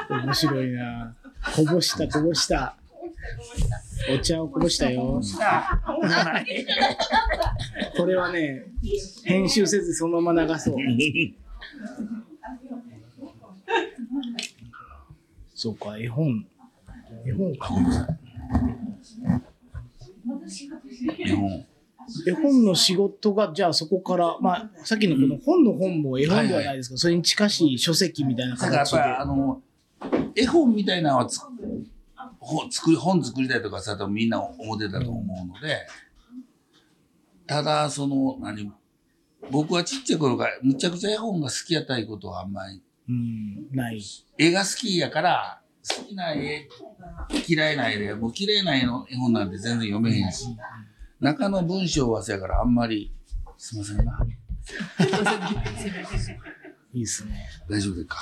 S3: 面白いなこぼした、こぼした。お茶をこぼしたよ。これはね、編集せずそのまま流そう。そうか、絵本。絵本か。
S2: 絵本。
S3: 絵本の仕事が、じゃあそこから、まあ、さっきのこの本の本も絵本ではないですけど、それに近しい書籍みたいな
S2: だからやっ
S3: 形で。
S2: ぱりあの絵本みたいなのはつ本作り本作りたいとかさ多分みんな思ってたと思うので、ただその何僕はちっちゃい頃からむちゃくちゃ絵本が好きやったいうことはあんまり
S3: うん、ない。
S2: 絵が好きやから好きな絵嫌いな絵でもう嫌いな絵の絵本なんて全然読めへんし中の文章はせやからあんまりすいませんない
S3: いですね。
S2: 大丈夫ですか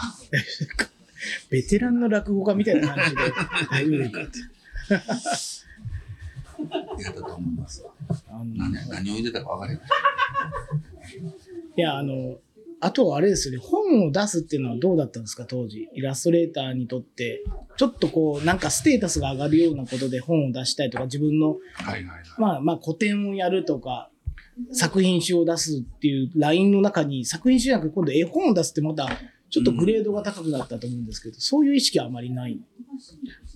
S3: ベテランの落語家みたいな感じで、大丈夫かって。
S2: やったと思いますわ。
S3: あの
S2: 何何を言ってたか分からへん。
S3: いや、あの、あとはあれですよね、本を出すっていうのはどうだったんですか、当時。イラストレーターにとって、ちょっとこう、なんかステータスが上がるようなことで本を出したいとか、自分の、
S2: はいはいはい。
S3: まあまあ、個展をやるとか、作品集を出すっていうラインの中に、作品集じゃなくて今度絵本を出すってまた、ちょっとグレードが高くなったと思うんですけど、そういう意識はあまりない。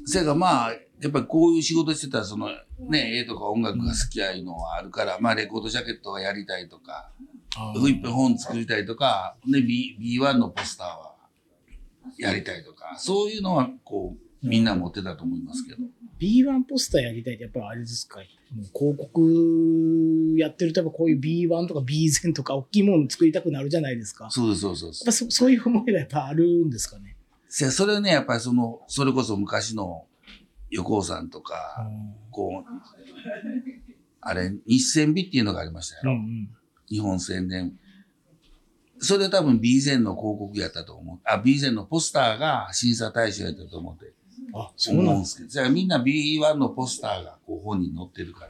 S2: せやからまあ、やっぱりこういう仕事してたら、そのね、絵とか音楽が好きやいうのはあるから、まあレコードジャケットがやりたいとか、フリップ本作りたいとか、で、B、B1 のポスターはやりたいとか、そういうのはこう、みんな持ってたと思いますけど。
S3: B1 ポスターやりたいって、やっぱりあれですか、もう広告やってると、やっぱこういう B1 とか B0 とか、大きいもの作りたくなるじゃないですか。
S2: そうです、そうですそうで
S3: やっ
S2: す。
S3: ぱそそういう思いがやっぱあるんですかね。
S2: せやそれはね、やっぱりその、それこそ昔の横尾さんとか、こう、あれ、日戦美っていうのがありましたよ。
S3: うんうん、
S2: 日本宣伝。それ多分 B ンの広告やったと思う。あ、B ンのポスターが審査対象やったと思って。
S3: あそ
S2: 思
S3: う
S2: う
S3: なんん
S2: で
S3: です
S2: けど。じゃあみんな B1 のポスターがこう本に載ってるから。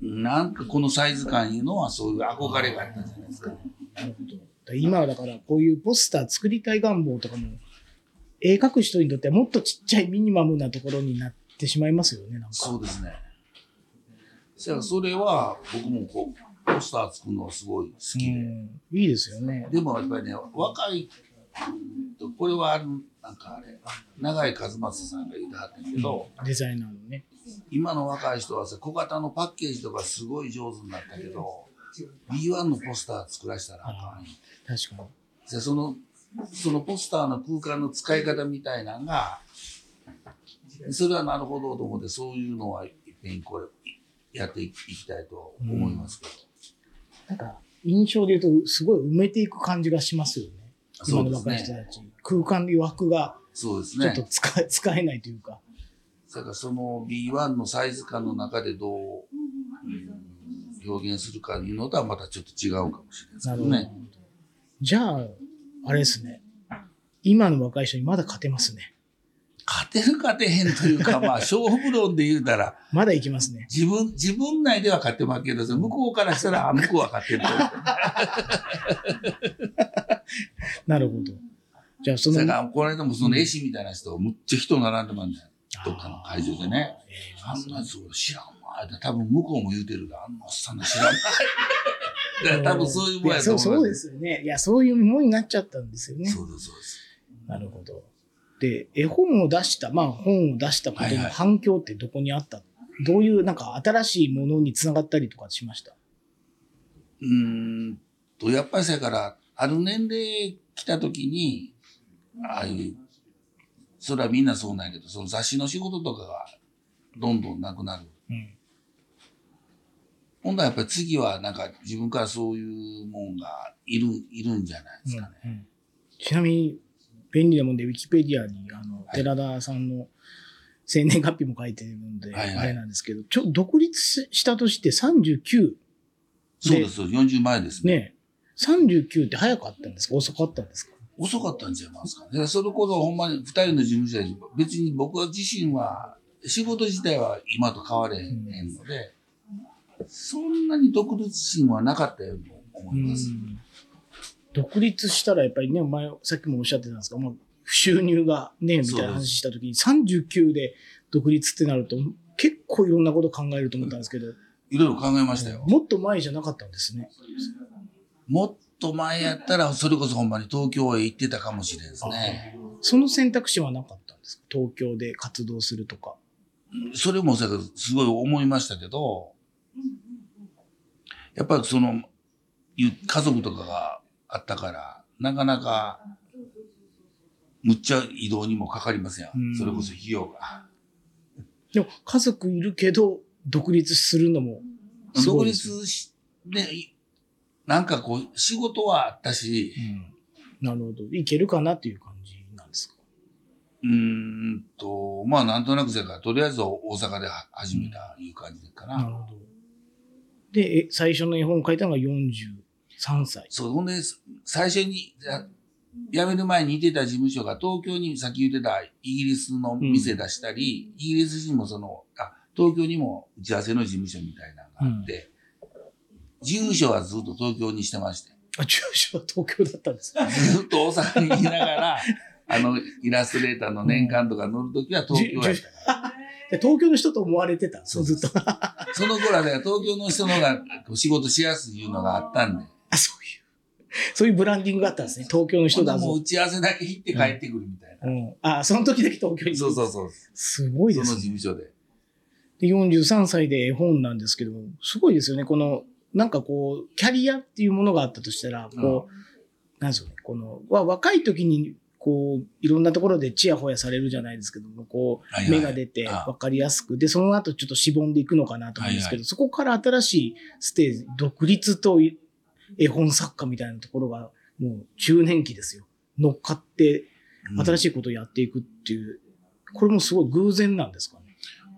S2: なんかこのサイズ感いうのはそういう憧れがあったんじゃないですか。
S3: すなるほどだから今はだからこういうポスター作りたい願望とかも絵描く人にとってはもっとちっちゃいミニマムなところになってしまいますよねなんか
S2: そうですね。じゃあそれは僕もこう、ポスター作るのはすごい好
S3: う
S2: きで。
S3: んいいですよね
S2: でもやっぱりね、若い、これはあの、なんかあれ、長井和正さんが言ってはったんやけど、
S3: デザイナーのね
S2: 今の若い人はさ小型のパッケージとかすごい上手になったけど B1 のポスター作らせたらあかんよ
S3: 確かに
S2: でそのそのポスターの空間の使い方みたいなのがそれはなるほどと思ってそういうのはいっぺんこれやっていきたいと思いますけど、
S3: なんか印象で言うとすごい埋めていく感じがしますよね
S2: そ
S3: 今
S2: う
S3: の
S2: で
S3: 若い
S2: す
S3: 人
S2: ね
S3: たち、空間の余白が
S2: そうです
S3: ちょっ
S2: ね
S3: と使,、使えないというか
S2: だからその B1 のサイズ感の中でどう、うん表現するかいうのとはまたちょっと違うかもしれないですけ
S3: なる
S2: ど
S3: ほど、
S2: ね。
S3: じゃああれですね今の若い人にまだ勝てますね
S2: 勝てる勝てへんというか、まあ、勝負論で言うたら、
S3: まだいきますね
S2: 自分、自分内では勝って負けど、その向こうからしたら、あ向こうは勝ってる
S3: *laughs*
S2: と。
S3: なるほど。じゃあ、その
S2: だか、ら、この間もその絵師みたいな人、むっちゃ人並んでまんねん。どっかの会場でね。あんなそう知らんわ。多分向こうも言うてるが、あんなおっさんの
S3: *laughs*
S2: 知らんわ。だから多分そういうもんやと
S3: いやそう
S2: 思い
S3: そうで
S2: ます。
S3: すよね。いや、そういうもんになっちゃったんですよね。
S2: そうです、そうです。
S3: なるほど。で、絵本を出した、まあ本を出したこと
S2: はい
S3: の
S2: はい
S3: 反響ってどこにあった、どういう、なんか新しいものにつながったりとかしました
S2: うーんと、やっぱりそやから、ある年齢来た時に、ああいう、それはみんなそうなんやけど、その雑誌の仕事とかがどんどんなくなる。
S3: うん。
S2: ほんだらやっぱり次はなんか自分からそういうもんがいる、いるんじゃないですかね。
S3: うんうんちなみに、便利なもんで、ウィキペディアに、あの、
S2: はい
S3: 寺田さんの生年月日も書いてるんで、
S2: はいはい
S3: あれなんですけど、ちょ、独立ししたとして39、
S2: そうです、40前ですね
S3: ね、39って早かったんですか遅かったんですか
S2: 遅かったんちゃいますかね。それこそほんまに二人の事務所やし、別に僕は自身は、仕事自体は今と変われへんので、そんなに独立心はなかったように思います。
S3: 独立したらやっぱりね、前、さっきもおっしゃってたんですが、もう収入がね、みたいな話した時に、39で独立ってなると、結構いろんなこと考えると思ったんですけど、
S2: いろいろ考えましたよ。
S3: もっと前じゃなかったんですね。
S2: もっと前やったら、それこそほんまに東京へ行ってたかもしれんですね。
S3: その選択肢はなかったんですか東京で活動するとか。
S2: それもそうやけどすごい思いましたけど、やっぱりその、ゆ家族とかがあったから、なかなか、むっちゃ移動にもかかりませんよ
S3: うん
S2: それこそ費用が。
S3: でも、家族いるけど、独立するのも、すご
S2: 独
S3: いですよ
S2: 立し、で、いなんかこう、仕事はあったし、
S3: うんなるほど。いけるかなっていう感じなんですか
S2: うーんと、まあなんとなくせやから、とりあえず大阪では始めたいう感じかな。
S3: なるほど。で、え最初の絵本を書いたのが43歳。
S2: そう、ほんで、最初に、や辞める前にいてた事務所が東京に、さっき言ってたイギリスの店出したり、イギリス人もその、あ、東京にも打ち合わせの事務所みたいなのがあって、事務所はずっと東京にしてまして、
S3: あ住所は東京だったんですか
S2: ずっと大阪にいなが *laughs* ら、あの、イラストレーターの年間とか乗るときは東京やったから。
S3: で東京の人と思われてた。
S2: そう
S3: ずっと。 *laughs*
S2: その頃はね、東京の人の方がこう仕事しやすいいうのがあったんで、
S3: あ、そういう。そういうブランディングがあったんですね。東京の人
S2: ほんな
S3: だ
S2: らもう
S3: ぞ。
S2: 打ち合わせだけ行って帰ってくるみたい
S3: うん。あ、その時だけ東京
S2: な。
S3: に。
S2: そうそうそう。そ
S3: すごいで
S2: の
S3: す
S2: 事務
S3: ね。
S2: 所で。
S3: で、43歳で絵本なんですけども、すごいですよね。この、なんかこう、キャリアっていうものがあったとしたら、こう、なんですよね。この、は若い時に、こう、いろんなところでチヤホヤされるじゃないですけども、こ、
S2: はいうはい
S3: 目が出て
S2: あ
S3: 分かりやすく、で、その後ちょっとしぼんでいくのかなと思うんです
S2: は
S3: け
S2: い
S3: ど、そこから新しいステージ、独立とい絵本作家みたいなところが、もう中年期ですよ。乗っかって、新
S2: しい。
S3: しいことをやっていくっていう、これもすごい偶然なんですかね。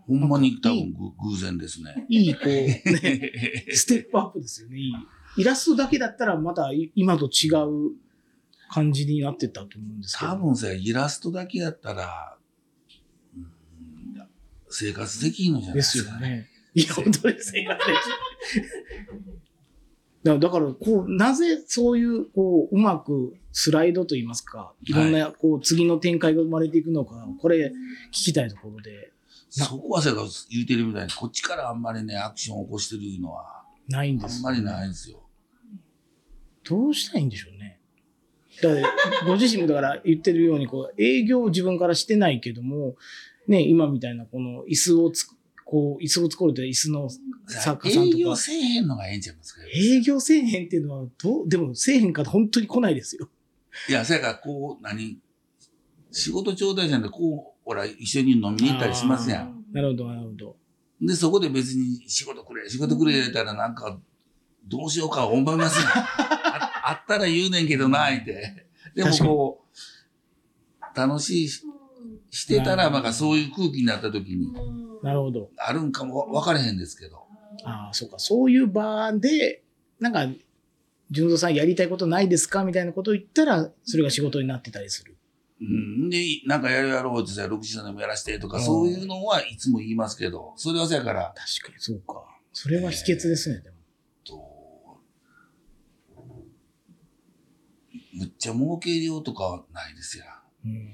S2: ほんまに多分ぐ偶然です
S3: *laughs*
S2: ね。
S3: いい、こう、ね、ステップアップですよね。いいイラストだけだったら、またい今と違う感じになってたと思うんですけど。
S2: 多分さ、イラストだけやったら、うん生活できんのじゃない
S3: で
S2: ですす
S3: よ
S2: か。
S3: ね。いや、本当ですね。だから、だからこう、なぜそういう、こう、うまくスライドといいますか、いろんな、こう、次の展開が生まれていくのか、これ、聞きたいところで、
S2: そこはさ、言うてるみたいに、こっちからあんまりね、アクション起こしてるいうのは、
S3: ないん
S2: あ
S3: で
S2: ん
S3: す。
S2: まりないんですよ。
S3: どうしたらいいんでしょうね。だからご自身もだから言ってるようにこう営業を自分からしてないけども、ね、今みたいなこの椅子をつくこう椅子を作るという椅子の作家さん
S2: 営
S3: と
S2: 業
S3: か
S2: せえへんのがええんちゃいますか
S3: 営業せえへんっていうのはどうでもせえへんか本当に来ないですよ。
S2: いや、そやから、こう、何仕事ちょうだいじゃなくて、こう、ほら、一緒に飲みに行ったりしますやん。
S3: なるほどなるほど。
S2: で、そこで別に仕事くれ、仕事くれ言うたらなんか、どうしようか思いますよあ *laughs* あったら言うねんけどな、言うて。でも
S3: 確かに
S2: こう、楽しいししてたら、
S3: うん
S2: なんかそういう空気になった時に、
S3: なるほど。
S2: あるんかもわ分かれへんですけど。
S3: ああそうかそういう場でなんか純三さんやりたいことないですかみたいなことを言ったらそれが仕事になってたりする。
S2: うん、で、なんかやるやろうってさ、60年もやらしてとか、
S3: うん
S2: そういうのはいつも言いますけど、それはそやから、
S3: 確かにそうか。それは秘訣ですね。でも
S2: と、むっちゃ儲けようとかはないですやん。
S3: うん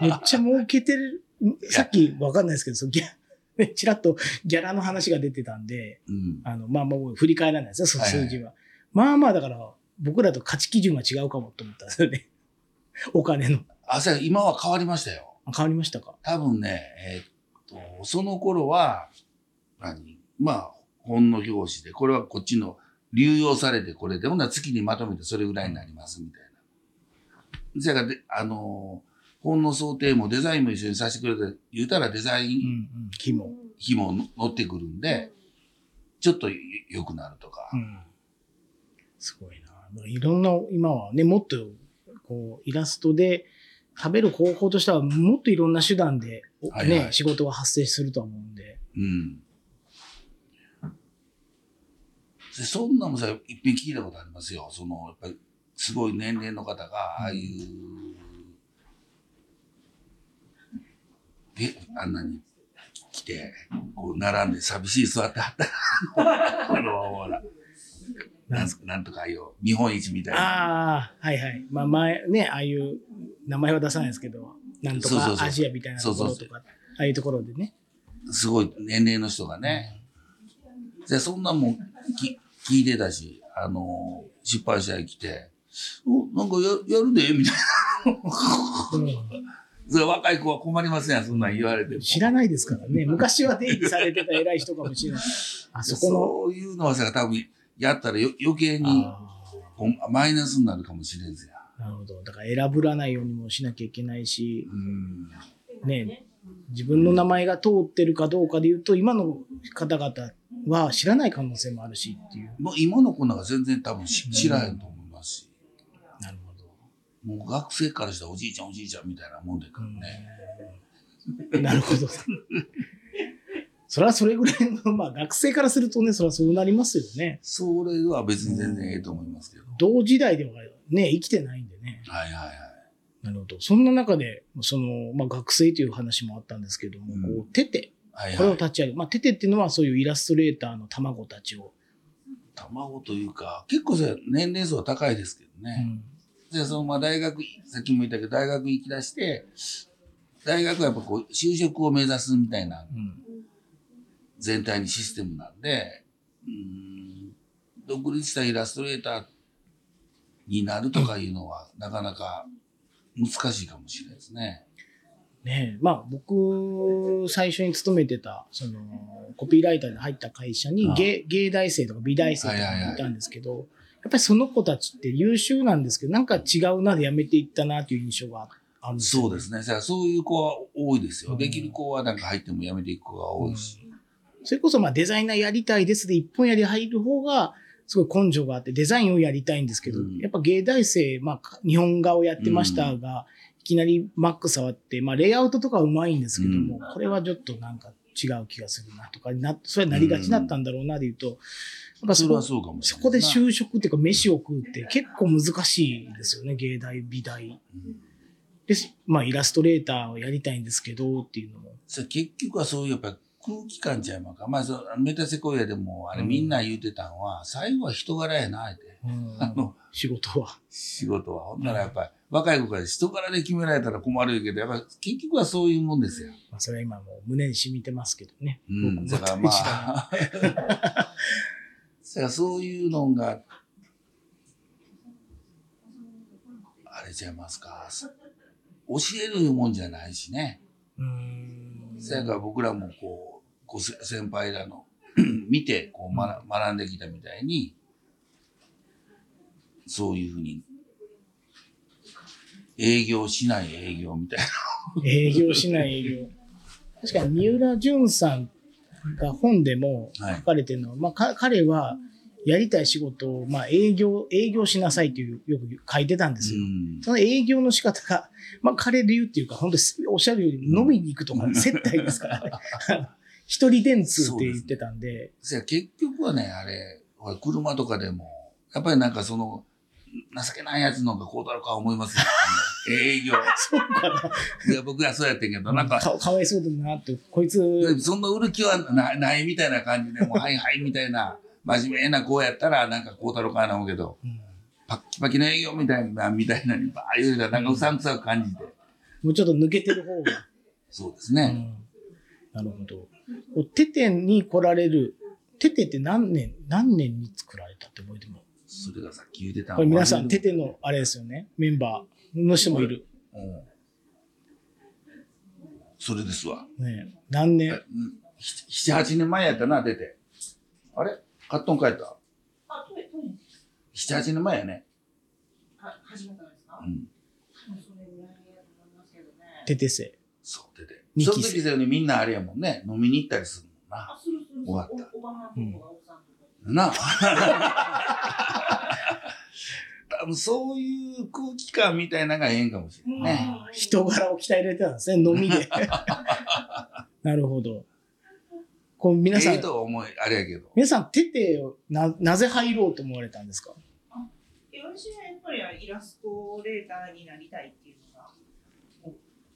S3: めっちゃ儲けてる。さっきわかんないですけど、そのギャ *laughs* ね、ちらっとギャラの話が出てたんで、
S2: うん。
S3: あの、まあまあもう振り返らないですよ、その
S2: はいはい
S3: 数字は。まあまあだから、僕らと価値基準が違うかもと思ったんですよね。 *laughs* お金の。
S2: あ、そや今は変わりましたよ。
S3: あ変わりましたか
S2: 多分ね、えーっと、その頃は、何まあ、本の表紙で、これはこっちの流用されてこれで、ほんなら月にまとめてそれぐらいになります、みたいな。せやからで、あのー本の想定もデザインも一緒にさせてくれて、言うたらデザイ
S3: うんう
S2: ン
S3: ん、日も。
S2: 費もの乗ってくるんで、ちょっとよ良くなるとか
S3: う。ん。すごいな。いろんな、今はね、もっと、こう、イラストで、食べる方法としては、もっといろんな手段で、ね、
S2: はいはい
S3: 仕事は発生すると思うんで。
S2: うん。でそんなんもさ、一遍聞いたことありますよ。その、やっぱり、すごい年齢の方が、ああいう、で、あんなに来て、こう、並んで寂しい座ってはった。あの、ほら、なんすなんとかいう、日本一みたいな。
S3: ああ、はいはい。まあ前、ね、ああいう、名前は出さないですけど、なんと
S2: そうそうそ
S3: か
S2: う
S3: アジアみたいなところ
S2: そ
S3: と
S2: うそ
S3: か、ああいうところでね。
S2: すごい年齢の人がね。で、そんなんもき聞いてたし、あの、出版社に来て、お、なんかややるでみたいな。それ若い子は困りますやん、そんなん言われても。
S3: 知らないですからね。昔は出入りされてた偉い人かもしれない。あそこの。
S2: そういうのはさ、多分やったらよ余計に
S3: あ
S2: こんマイナスになるかもしれんすやん。
S3: ーなるほど。だから選ぶらないようにもしなきゃいけないし、
S2: うん。
S3: ね、自分の名前が通ってるかどうかで言うと、今の方々は知らない可能性もあるしっていう。
S2: もう今の子なんか全然多分し知らへんと思いますし、
S3: なるほど。
S2: もう学生からしたらおじいちゃんおじいちゃんみたいなもんでからね。
S3: なるほど。それはそれぐらいの、まあ学生からするとね、それはそうなりますよね。
S2: それは別に全然ええと思いますけど。
S3: 同時代ではね、生きてないんでね。
S2: はいはいはい。
S3: なるほど。そんな中で、その、まあ学生という話もあったんですけども、
S2: うん
S3: こう、テテ、
S2: はい
S3: これを
S2: はい。
S3: 立ち上げる。まあ、テテっていうのはそういうイラストレーターの卵たちを。
S2: 卵というか、結構それ年齢層高いですけど
S3: う
S2: ね。
S3: ん
S2: で、そのまあ大学、さっきも言ったけど、大学行き出して、大学はやっぱこう、就職を目指すみたいな
S3: うん
S2: 全体にシステムなんで、うーん、独立したイラストレーターになるとかいうのは、なかなか難しいかもしれないですね。
S3: ねえまあ、僕、最初に勤めてた、その、コピーライターで入った会社
S2: あ
S3: に
S2: あ
S3: 芸、芸大生とか美大生とかがいたんですけど、やっぱりその子たちって優秀なんですけど、なんか違うなで辞めていったなという印象があるんですよ
S2: そうですね。じゃあそういう子は多いです
S3: う
S2: よ。
S3: ん
S2: できる子はなんか入ってもやめていく子が多いし。
S3: それこそまあデザイナーやりたいですで一本やり入る方がすごい根性があってデザインをやりたいんですけど、
S2: うん
S3: やっぱ芸大生、まあ、日本画をやってましたが、いきなりマック触って、まあ、レイアウトとかはうまいんですけども、これはちょっとなんか違う気がするなとかなそれはなりがちだったんだろうなで言うと、やっぱ
S2: そ
S3: そ
S2: れは
S3: こ
S2: そうかもし
S3: そ
S2: れな
S3: こで
S2: いな。
S3: 就職っていうか飯を食うって結構難しいですよね芸大美大
S2: うん
S3: で、まあ、イラストレーターをやりたいんですけどっていうのも。
S2: それ結局はそういうやっぱり空気感ちゃいまんか。まあ、そのメタセコイアでもあれ
S3: うん
S2: みんな言うてたんは、最後は人柄やなって。
S3: うん
S2: あの、
S3: 仕事は。
S2: 仕事は。ほんならやっぱり若い子から人柄で決められたら困るけど、やっぱり結局はそういうもんですよ。
S3: まあ、それは今もう胸に染みてますけどね。
S2: うん。
S3: 僕
S2: だ
S3: も
S2: からま
S3: 大事だな
S2: あ、だからそういうのが、あれちゃいますか。教えるいうもんじゃないしね。
S3: うーん。
S2: そやから僕らもこう、こうせ先輩らの *clears throat* 見てこう学学んできたみたいに、そういうふうに、営業しない営業みたいな。
S3: 営業しない営業。確かに三浦淳さんが本でも
S2: はい
S3: 書かれてるのは、まあか彼はやりたい仕事を、まあ、営業、営業しなさいという、よく書いてたんですよ。
S2: うん
S3: その営業の仕方が、まあ、彼流っていうか、本当におっしゃるように飲みに行くとか、接待ですから *laughs* ね。一人電通って言ってたんで、
S2: そや結局はね、あれ、ほら車とかでも、やっぱりなんかその、情けないやつの方がこうだろうか思いますよ、あの営 *laughs* 業。
S3: そうか
S2: いや、僕はそうやってんけど、な
S3: な。
S2: ん
S3: か
S2: か、
S3: かわいそうだなって、こいつ、
S2: そんな売る気はなないみたいな感じで、もう、はいはいみたいな、 *laughs* 真面目な子やったら、なんかこうだろうかな思うけど、
S3: うん
S2: パッキパキの営業みたいな、みたいなにばー言うたら、なんかうさんくさく感じて。
S3: もうちょっと抜けてる方が。
S2: そうですね。
S3: なるほど。こうテテに来られる、テテって何年、何年に作られたって覚えても。
S2: それがさっき言ってた
S3: これ皆さん、テ
S2: て
S3: テのあれですよね、メンバーの人もいる。
S2: うん。それですわ。
S3: ねえ、何
S2: う
S3: 年、
S2: ん七、八年前やったな、出て。あれカットン帰った
S4: あ、トイレ、トイレ。
S2: 七、八年前やね。
S4: は、始めたんですか。
S2: うん。
S4: もうそれぐらいやと思いますけどね。
S3: テテ生。
S2: そう、出て。
S3: 二
S2: その
S3: 期生
S2: 時だよね、みんなあれやもんね。飲みに行ったりするもんな。
S4: あ、するする。
S2: 終わった
S4: おおばはんとか、おさんとか。
S2: な *laughs* あ。多分そういう空気感みたいなのがええんかもしれないね。
S4: うん
S3: 人柄を鍛えられてたんですね、飲
S2: *laughs*
S3: みで。なるほど。こう皆さ
S2: ええ
S3: ん、
S2: とは思い、あれやけど。
S3: 皆さん、テテをななぜ入ろうと思われたんですか
S4: 私はやっぱりイラストレーターになりたいっていうのが。お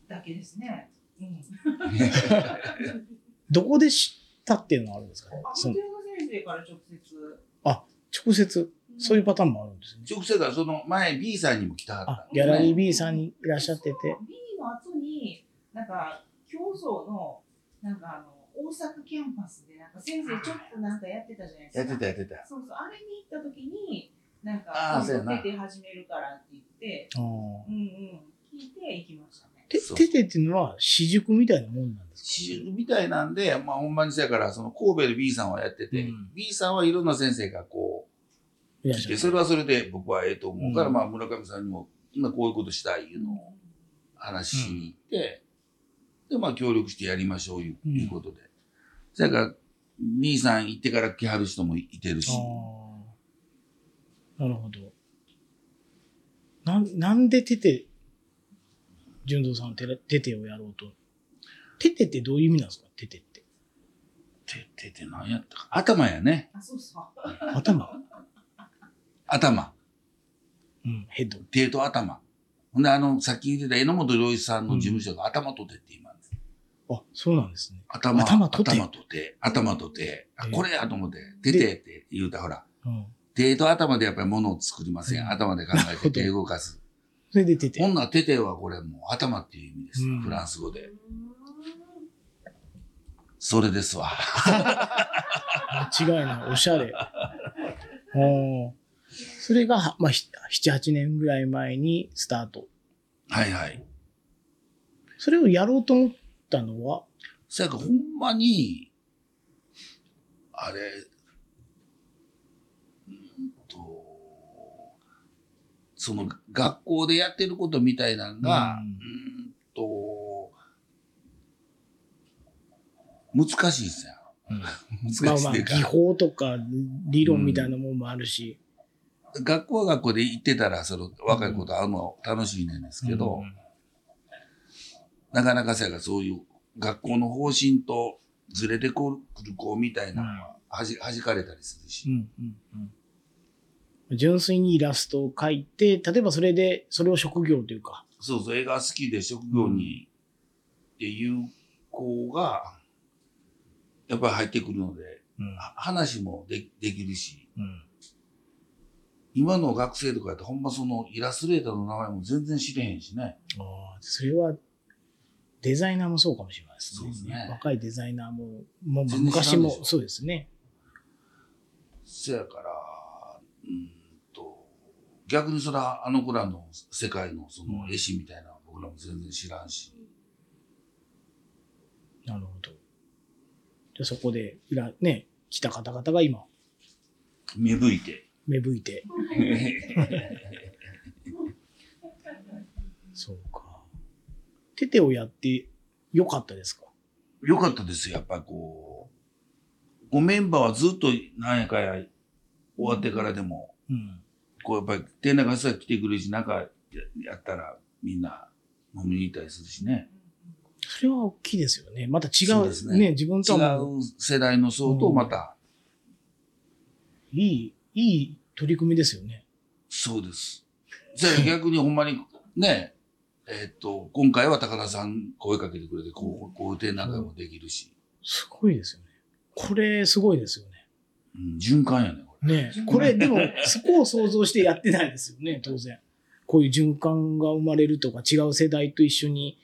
S4: だけですね。うん。
S3: どこで知ったっていうのはあるんですか
S4: あ、
S3: そ
S4: 本
S3: の
S4: 当先生から直接。
S3: 直接、そういうパターンもあるんですね。
S2: 直接はその前 B さんにも来たはったん
S3: あ
S2: だ、
S3: ギャラリー B さんにい
S4: い
S3: らっしゃってて。。
S4: B の後に、なんか、競争の、なんかあの、大阪キャンパスで、なんか先生ちょっとなんかやってたじゃないですか。
S2: やってたやってた。
S4: そうそう、あれに行った時に、なんか、
S2: あーそうやな
S4: 今度出て始めるからって言って、
S3: あー
S4: うんうん、聞いて行きましたね。
S3: て、
S2: そう
S3: ててっていうのは、私塾みたいなもんなんですか
S2: 私塾みたいなんで、まあほんまにせやから、その神戸で B さんはやってて、
S3: うん
S2: B さんはいろんな先生がこ
S3: いら
S2: う来
S3: っしゃ
S2: て、
S3: る
S2: それはそれで僕はええと思うから、
S3: うん
S2: まあ村上さんにも、今こういうことしたいいうのを話しに行って、でまあ協力してやりましょういう,、
S3: うん
S2: いうことで。せやから、B さん行ってから来はる人もいてるし、
S3: ああ。なるほど。なん、なんでてて、純三さんはてらててをやろうと。ててってどういう意味なんですかててって。
S2: て、てて何やったか。頭やね。
S4: あ、そうそう。
S3: 頭。
S2: 頭。
S3: うん、ヘッド。
S2: 手と頭。ほんで、あの、さっき言ってた榎本良一さんの事務所が頭と手って今、
S3: あ、そうなんですね。
S2: 頭、
S3: 頭取って
S2: 頭取って、頭取って、あ、
S3: ええ
S2: これやと思って、出てって言うたらほら、
S3: うん。
S2: 手と頭でやっぱり物を作りません。
S3: うん
S2: 頭で考
S3: なる
S2: え
S3: ほ
S2: て手
S3: ど
S2: 動かす。
S3: それで出て。
S2: ほんならテテはこれもう頭っていう意味です。
S3: うん
S2: フランス語で。それですわ。
S3: 間違いない。おしゃれ。おーそれが、はまあ、ひ7、8年ぐらい前にスタート。
S2: はいはい。
S3: それをやろうと思ったのは、
S2: そやからほんまに、あれ、うんと、その学校でやってることみたいなのが、う
S3: う
S2: んんと、難しいっすよ。
S3: まあ
S2: *laughs* 難しい
S3: ま
S2: っ
S3: あ、
S2: ていうか、
S3: 技法とか理論みたいなもんもあるし。
S2: 学校は学校で行ってたら、その若い子と会うのは楽しいねんですけど、なかなかそやからそういう学校の方針とずれてくる子みたいなのははじ、弾かれたりするし
S3: う。んうんうん純粋にイラストを描いて、例えばそれで、それを職業というか。
S2: そうそう、映画好きで職業に、っていう子が、やっぱり入ってくるので、
S3: うん
S2: は話もでできるし、
S3: うん
S2: 今の学生とかやってほんまそのイラストレーターの名前も全然知れへんしね。
S3: ああそれはデザイナーもそうかもしれないですね。
S2: そうですね
S3: 若いデザイナーも、もう
S2: 全然知
S3: 昔
S2: らん
S3: も
S2: でしょ
S3: そうですね。
S2: せやから、うーんと、逆にそれはあの子らの世界のその絵師みたいなの僕らも全然知らんし、
S3: なるほど。じゃあそこで、いらね、来た方々が今、
S2: 芽吹いて。
S3: 芽吹いて。そうか。テテをやってよかったですか
S2: よかったですよ、やっぱりこう。こうメンバーはずっと何やかや終わってからでも、
S3: うん。
S2: こうやっぱり店内がさ来てくれるし、中ややったらみんな飲みに行ったりするしね。
S3: それは大きいですよね。また違
S2: そう
S3: う、
S2: です
S3: ね
S2: ね
S3: 自分
S2: 違
S3: とはもう
S2: う世代の層とまた、
S3: いい、いい取り組みですよね。
S2: そうです。じゃあ逆にほんまにね、えっと、今回は高田さん声かけてくれて、こう、こういう展覧会もできるし、
S3: すごいですよね。これ、すごいですよね。
S2: うん、循環やね、これ。
S3: ねえ *laughs* これでも、そこを想像してやってないですよね、当然。こういう循環が生まれるとか、違う世代と一緒に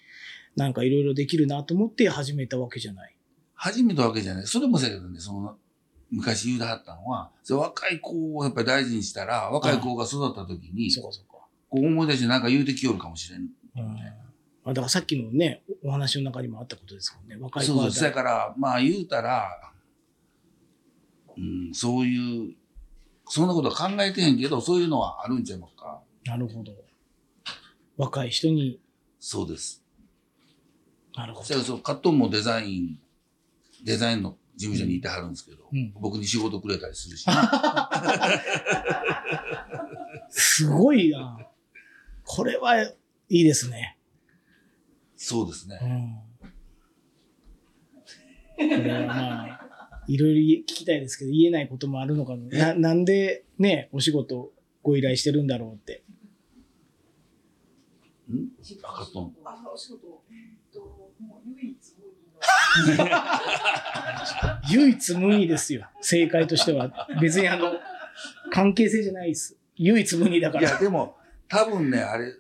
S3: なんかいろいろできるなと思って始めたわけじゃない。
S2: 初めてわけじゃない。それもせやけどね、その、昔言うてはったのは、その若い子をやっぱり大事にしたら、若い子が育った時に、
S3: そうかそうか。
S2: こう思い出してなんか言うてきよるかもしれん。
S3: うんまあ、だからさっきのね、おお話の中にもあったことですもんね。若い
S2: そう
S3: 子
S2: そ
S3: は
S2: う。そやから、まあ言うたら、うん、そういう、そんなことは考えてへんけど、そういうのはあるんちゃいますか。
S3: なるほど。若い人に、
S2: そうです。
S3: なるほ
S2: そ
S3: ど
S2: う。そう、カットンもデザイン、デザインの事務所にいてはるんですけど、
S3: うん
S2: 僕に仕事くれたりするし、
S3: すごいな。これはいいですね。
S2: *laughs* そうですね。
S3: うんこれはまあ、いろいろ聞きたいですけど、言えないこともあるのかな。ななんでね、お仕事ご依頼してるんだろうって。
S2: あカットン。
S4: あお仕事をえっともう唯一無二の
S3: 唯一無二ですよ。正解としては。別にあの、関係性じゃないです。唯一無二だか
S2: いや、
S3: ら。
S2: でも、多分ね、あれ、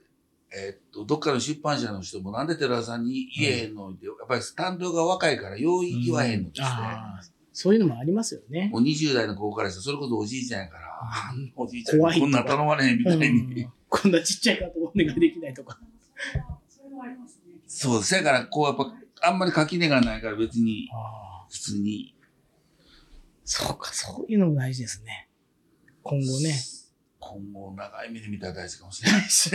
S2: えーっと、どっかの出版社の人もなんで寺田さんに言えへんのって、やっぱり担当が若いからよう言わへんのですね。
S3: ああそういうのもありますよね。
S2: もう20代の子からしたら、それこそおじいちゃんやから、 *laughs* あんなおじいちゃ
S3: 怖い
S2: ん
S3: と
S2: こんなん頼まれへんみたいに。
S3: うんこんなちっちゃい方お願いできないとか。
S4: それもありますね。
S2: そう、せやから、こうやっぱ、あんまり垣根がないから別に、
S3: ああ
S2: 普通に。
S3: そうか、そういうのも大事ですね。今後 *laughs* ね。
S2: 今後長い目で見たら大事かもし
S3: *laughs*
S2: れないし。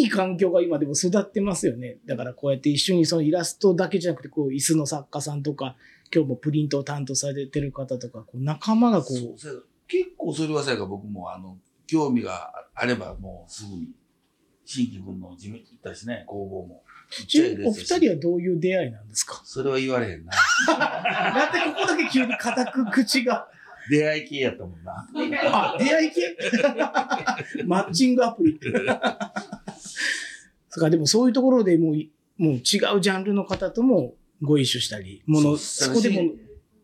S3: いい環境が今でも育ってますよね。だからこうやって一緒にそのイラストだけじゃなくて、こう椅子の作家さんとか、今日もプリントを担当されてる方とか、こう仲間がこ
S2: そう
S3: う、
S2: せや結構それはさやから僕もあの興味があればもうすぐに新規君の地味行ったしね工房もちっちゃい
S3: お
S2: です
S3: 二人はどういう出会いなんですか
S2: それは言われへんな
S3: だってここだけ急に固く口が。
S2: 出会い系やったもんな
S3: あ、出会い系 *laughs*
S2: *laughs*
S3: マッチングアプリ。そっか、でもそういうところでもうもう違うジャンルの方ともご一緒したり、もの、
S2: そう
S3: そこでも、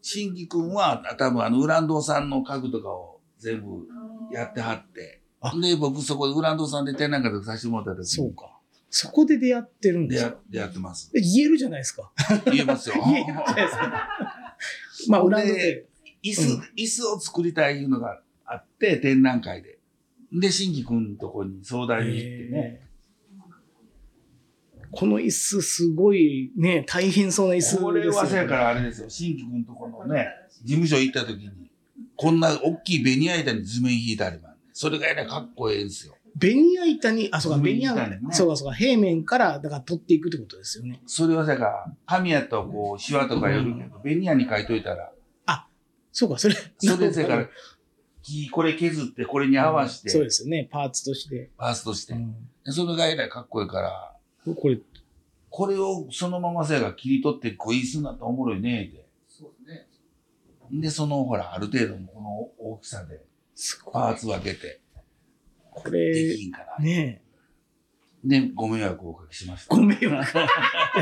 S2: 新規君は、あ多分あの、ウランドさんの家具とかを全部やってはって
S3: あ。
S2: で、僕そこでウランドさんで展覧会とかさせてもらった時
S3: そう
S2: に
S3: か。そこで出会ってるんで
S2: 出
S3: す
S2: 会
S3: よ。
S2: 出会ってます。
S3: え言えるじゃないですか。
S2: 言えますよ。
S3: *laughs* 言えるじゃないですか。まあ、裏で
S2: で椅子、
S3: うん
S2: 椅子を作りたいいうのがあって、展覧会で。で、新規君のとこに相談に行ってね。
S3: この椅子すごいね、大変そうな椅子ですよ、ね。
S2: これはせやからあれですよ。新規君のとこのね、事務所行った時に、こんな大きいベニヤ板に図面引いてあります、それがえらいかっこええんですよ。
S3: ベニヤ板に、あ、そうか、
S2: ベ
S3: ベニ
S2: ニヤ
S3: ヤ
S2: 板
S3: 板、
S2: ね
S3: そうか、そうか、平面から、だから取っていくってことですよね。
S2: それはせやから、紙やとこう、シワとかよるけど、ベニヤに書いといたら、
S3: そうか、それ。
S2: それでせやから、木これ削って、これに合わせ
S3: そうで
S2: て、
S3: すよね、パーツとして。
S2: パースとして
S3: う。ん
S2: でそれがえらいかっこいいから、
S3: これ、
S2: これをそのまませやから切り取って、こう、椅子になったらおもろいね、って。
S4: そうね。
S2: で、その、ほら、ある程度のこの大きさで、
S3: すごい。
S2: パーツ分けて、
S3: こ
S2: で
S3: れ、
S2: きんかな。
S3: ねえ
S2: で、ご迷惑をおかけしました。
S3: ごめんよ。いや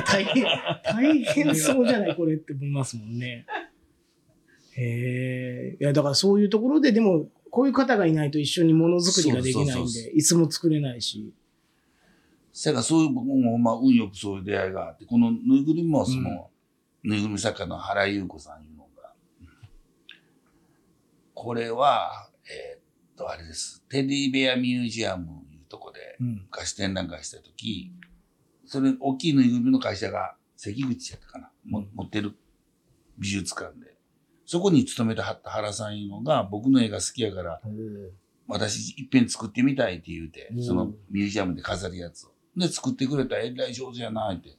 S3: 大変、大変そうじゃない、これって思いますもんね。へえ。いや、だからそういうところで、でも、こういう方がいないと一緒にものづくりができな
S2: そ
S3: い
S2: そうそ
S3: うん
S2: うそ
S3: で、いつも作れないし。
S2: せやからそういう僕もほんま運よくそういう出会いがあって、このぬいぐるみもその、ぬいぐるみ作家の原優子さんいうのが、これは、えーっと、あれです。テディベアミュージアムいうとこで
S3: うん。
S2: 昔展覧会した時、それ大きいぬいぐるみの会社が関口やったかな、も持ってる美術館で。そこに勤めてはった原さんいうのが、僕の絵が好きやから、私いっぺん作ってみたいって言うて、
S3: うん
S2: そのミュージアムで飾るやつを。で、作ってくれたらえらい上手やな、って。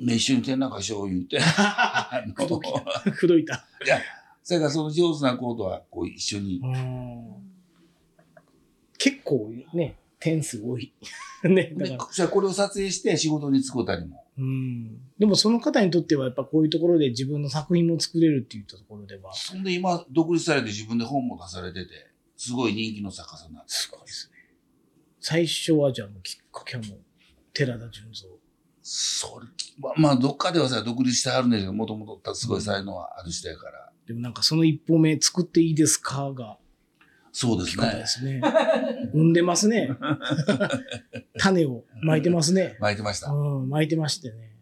S2: で、一緒に展覧会しよう言う
S3: *laughs*
S2: て。あの
S3: *laughs* 口説くどいた。
S2: それからその上手なコードは、こう一緒に。
S3: 結構ね、点数多い。 *laughs* ね、だか
S2: で
S3: ら。、
S2: じゃあこれを撮影して仕事に使うたりも。
S3: うん。でもその方にとってはやっぱこういうところで自分の作品も作れるっていったところでは、
S2: そんで今、独立されて自分で本も出されてて、すごい人気の作家さんなんです。
S3: すごいですね。最初はじゃあもうきっかけはもう、寺田純三。
S2: それ、まあ、まあ、どっかではさ、独立してはるんですけど、もともとすごい才能はある人やから。
S3: でもなんかその一歩目作っていいですかが
S2: そうで
S3: 大き
S2: す
S3: かったで
S2: ね。
S3: *laughs* すね。産んでます *laughs* ね。種をまいてますね。
S2: 巻いてました。
S3: うん、巻いてましてね。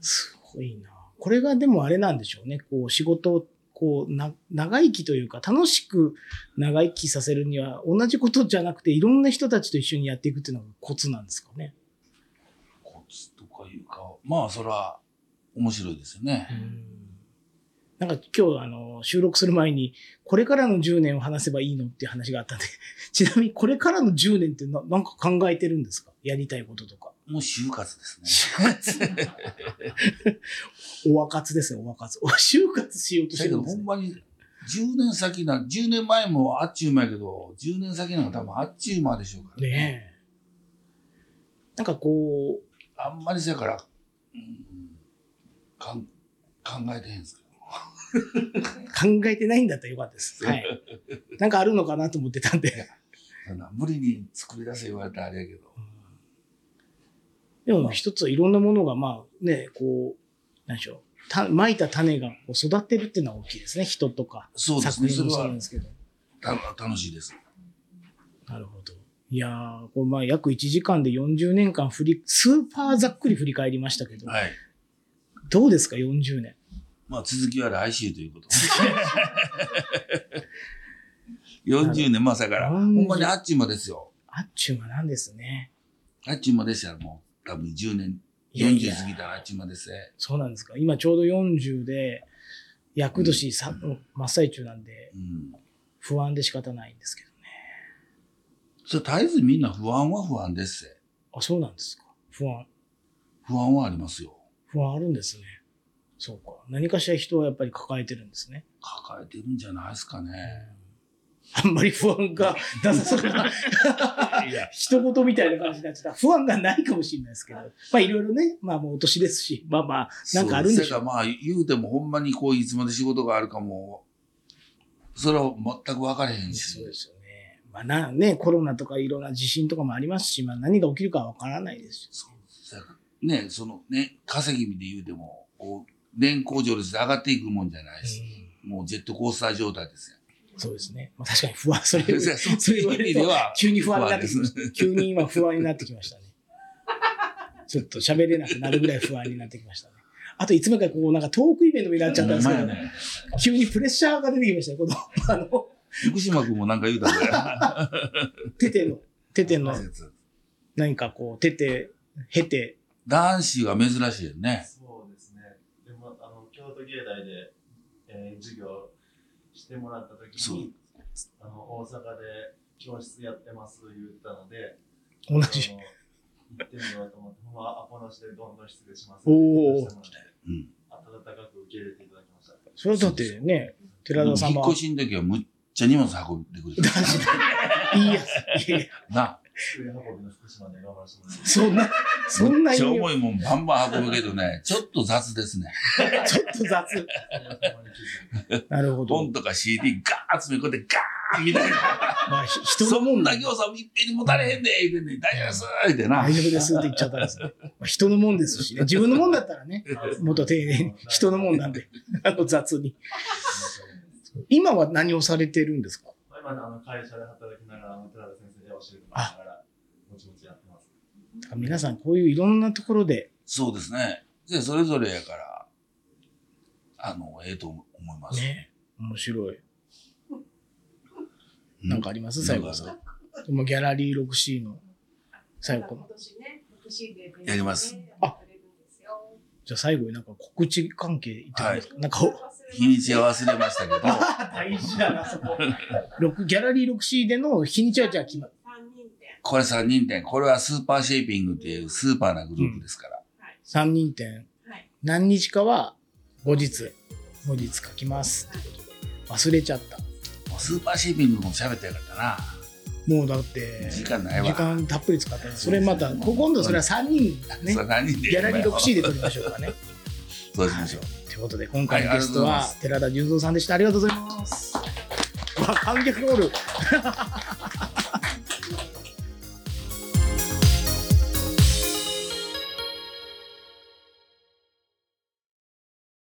S3: すごいな。これがでもあれなんでしょうね。こう、仕事を、こう、な、長生きというか、楽しく長生きさせるには、同じことじゃなくて、いろんな人たちと一緒にやっていくっていうのがコツなんですかね。
S2: コツとかいうか、まあそれは面白いですよね。
S3: なんか今日、あの、収録する前に、これからの10年を話せばいいのっていう話があったんで、 *laughs* ちなみにこれからの10年ってななんか考えてるんですかやりたいこととか。
S2: もう就活ですね。
S3: お若つですね、お若つ。お就活しようとし
S2: だ
S3: て
S2: け
S3: るん
S2: ど
S3: です
S2: ほ
S3: ね
S2: ん。まに10年先な、10年前もあっちゅうまやけど、10年先なんか多分あっちゅうまでしょうからね。
S3: ねえ。なんかこう、
S2: あんまりせやから、うん、かん考えてへんすけど。
S3: 考えてないんだったらよかったです。はい。 *laughs* なんかあるのかなと思ってたんで。
S2: そんな無理に作り出せ言われたらあれやけど。
S3: でも一つはいろんなものが、まあね、こう、何でしょう。た蒔いた種がこう育ってるっていうのは大きいですね。人とか、
S2: そうです
S3: 作
S2: ね。
S3: 品
S2: それ
S3: もそうな
S2: は
S3: んですけど。
S2: た楽しいです。
S3: なるほど。いやー、これまあ約1時間で40年間振り、スーパーざっくり振り返りましたけど、
S2: はい。
S3: どうですか ?40 年。
S2: まあ続きは来週ということ。40年、まあさから、ほんまにあっちゅうまですよ。
S3: あっちゅう間なんですね。
S2: あっちゅうまですよ、もう。多分10年、
S3: いやいや
S2: 40過ぎたらあっちゅうまですね。
S3: そうなんですか。今ちょうど40で、厄年さ、真っ最中なんで、
S2: うん。
S3: 不安で仕方ないんですけどね。
S2: それ絶えずみんな不安は不安ですね。
S3: あ、そうなんですか。不安。
S2: 不安はありますよ。
S3: 不安あるんですね。そうか。何かしら人はやっぱり抱えてるんですね。
S2: 抱えてるんじゃないですかね。
S3: あんまり不安 *laughs* がなさそうな、
S2: いや、
S3: 一言みたいな感じになっちゃった。不安がないかもしれないですけど。まあいろいろね、まあもうお年ですし、まあまあ、なんかあるんでし
S2: そう
S3: ょ
S2: すせやからまあ言うてもほんまにこういつまで仕事があるかも、それは全く分かれへんし。
S3: そうですよね。まあな、ね、コロナとかいろんな地震とかもありますし、まあ何が起きるかはわからないですし。
S2: そうさね、そのね、稼ぎ身で言うても、こう、年功序列で上がっていくもんじゃないし、もうジェットコースター状態ですよ。
S3: そうですね。まあ、確かに不安、 *laughs* それ、
S2: *laughs*
S3: そ
S2: そう
S3: れ
S2: い
S3: 言わ
S2: う
S3: れ
S2: 意味
S3: る
S2: で
S3: と、
S2: は、
S3: 急に不安になってきまし
S2: 不安
S3: た。急に今不安になってきましたね。ちょっと喋れなくなるぐらい不安になってきましたね。あといつもかこうなんかトークイベントみたいになっちゃったんですけ
S2: ほ
S3: ど、
S2: んまやね
S3: 急にプレッシャーが出てきましたね。この、あの、
S2: 福島君もなんか言うた
S3: *laughs*
S2: から。
S3: テテの、テテの
S2: 仮説
S3: 何かこう、テテ、ヘテ、
S2: 男子は珍しいよね。
S5: そうですね。でもあの京都芸大で、えー授業してもらった時
S2: そう
S5: に、あの大阪で教室やってます言ったので、
S3: 同
S5: あの
S3: じ。
S5: 行ってみようと思って、ほんまアポなしでどんどん失礼します。
S3: おー
S5: してもらって
S2: うん。
S5: 温かく受け入れていただきました。
S3: それだってね、寺田
S2: 引
S3: 様
S2: っ、越しの時はむっちゃ荷物運んで
S3: *laughs*
S2: くれ
S3: 男
S2: た。
S3: 子でいいやつ。いやいや
S2: な、
S5: 机運びの福島で頑張らせてもらいました。
S3: そんな、そんな
S2: めっ
S3: 意
S2: ちゃ
S3: 味を
S2: 重いもんバンバン運ぶけどね、ちょっと雑ですね。
S3: ちょっと雑。
S5: ほんまに気づいて
S3: なるほど。
S2: 本とか CD ガーッ詰め込んでガーッみたいな。
S3: まあ、ひ人
S2: そ
S3: のも
S2: ん
S3: ん
S2: な行さんいっぺんに持たれへんで、言うてんねん大丈夫です、言うてな
S3: 大。丈夫ですって言っちゃったんですね。まあ人のもんですしね。自分のもんだったらね、 *laughs* もっと丁寧に、人のもんなんで、あの雑に。今は何をされてるんですか
S5: まあ今あの会社で働きながら、あの寺田先生で教えてもらいながら、もちもちやってます。
S3: だから皆さん、こういういろんなところで、
S2: そうですね。で、それぞれやから、あの、ええと思います。
S3: ね、面白い。
S2: うん
S3: なんかあります最後さん。でもギャラリー 6C の最後の。
S2: やります。
S3: あじゃあ最後になんか告知関係いってもらえますか、なんか
S2: 日にちは忘れましたけど、
S3: 大事だな、そこ。六ギャラリー 6C での日にちはじゃあ決まる。
S2: これ3人店、これはスーパーシェイピングっていうスーパーなグループですから。
S3: 3人展、
S6: はい
S3: 何日かは後日後日書きます忘れちゃった
S2: もうスーパーシェイピングも喋ってよかったな。
S3: もうだって
S2: 時間ないわ。
S3: 時間たっぷり使ったそれまた
S2: そうですね
S3: こ今度それは3人ね
S2: それ何人で
S3: ギャラリー
S2: で。
S3: 6C で撮りましょうかね
S2: そうしましょう。
S3: ということで今回の
S2: はい
S3: ゲス
S2: ありがとうご
S3: ト
S2: ざい
S3: は
S2: ま
S3: 寺田純三さんでしたありがとうございますわ観客おる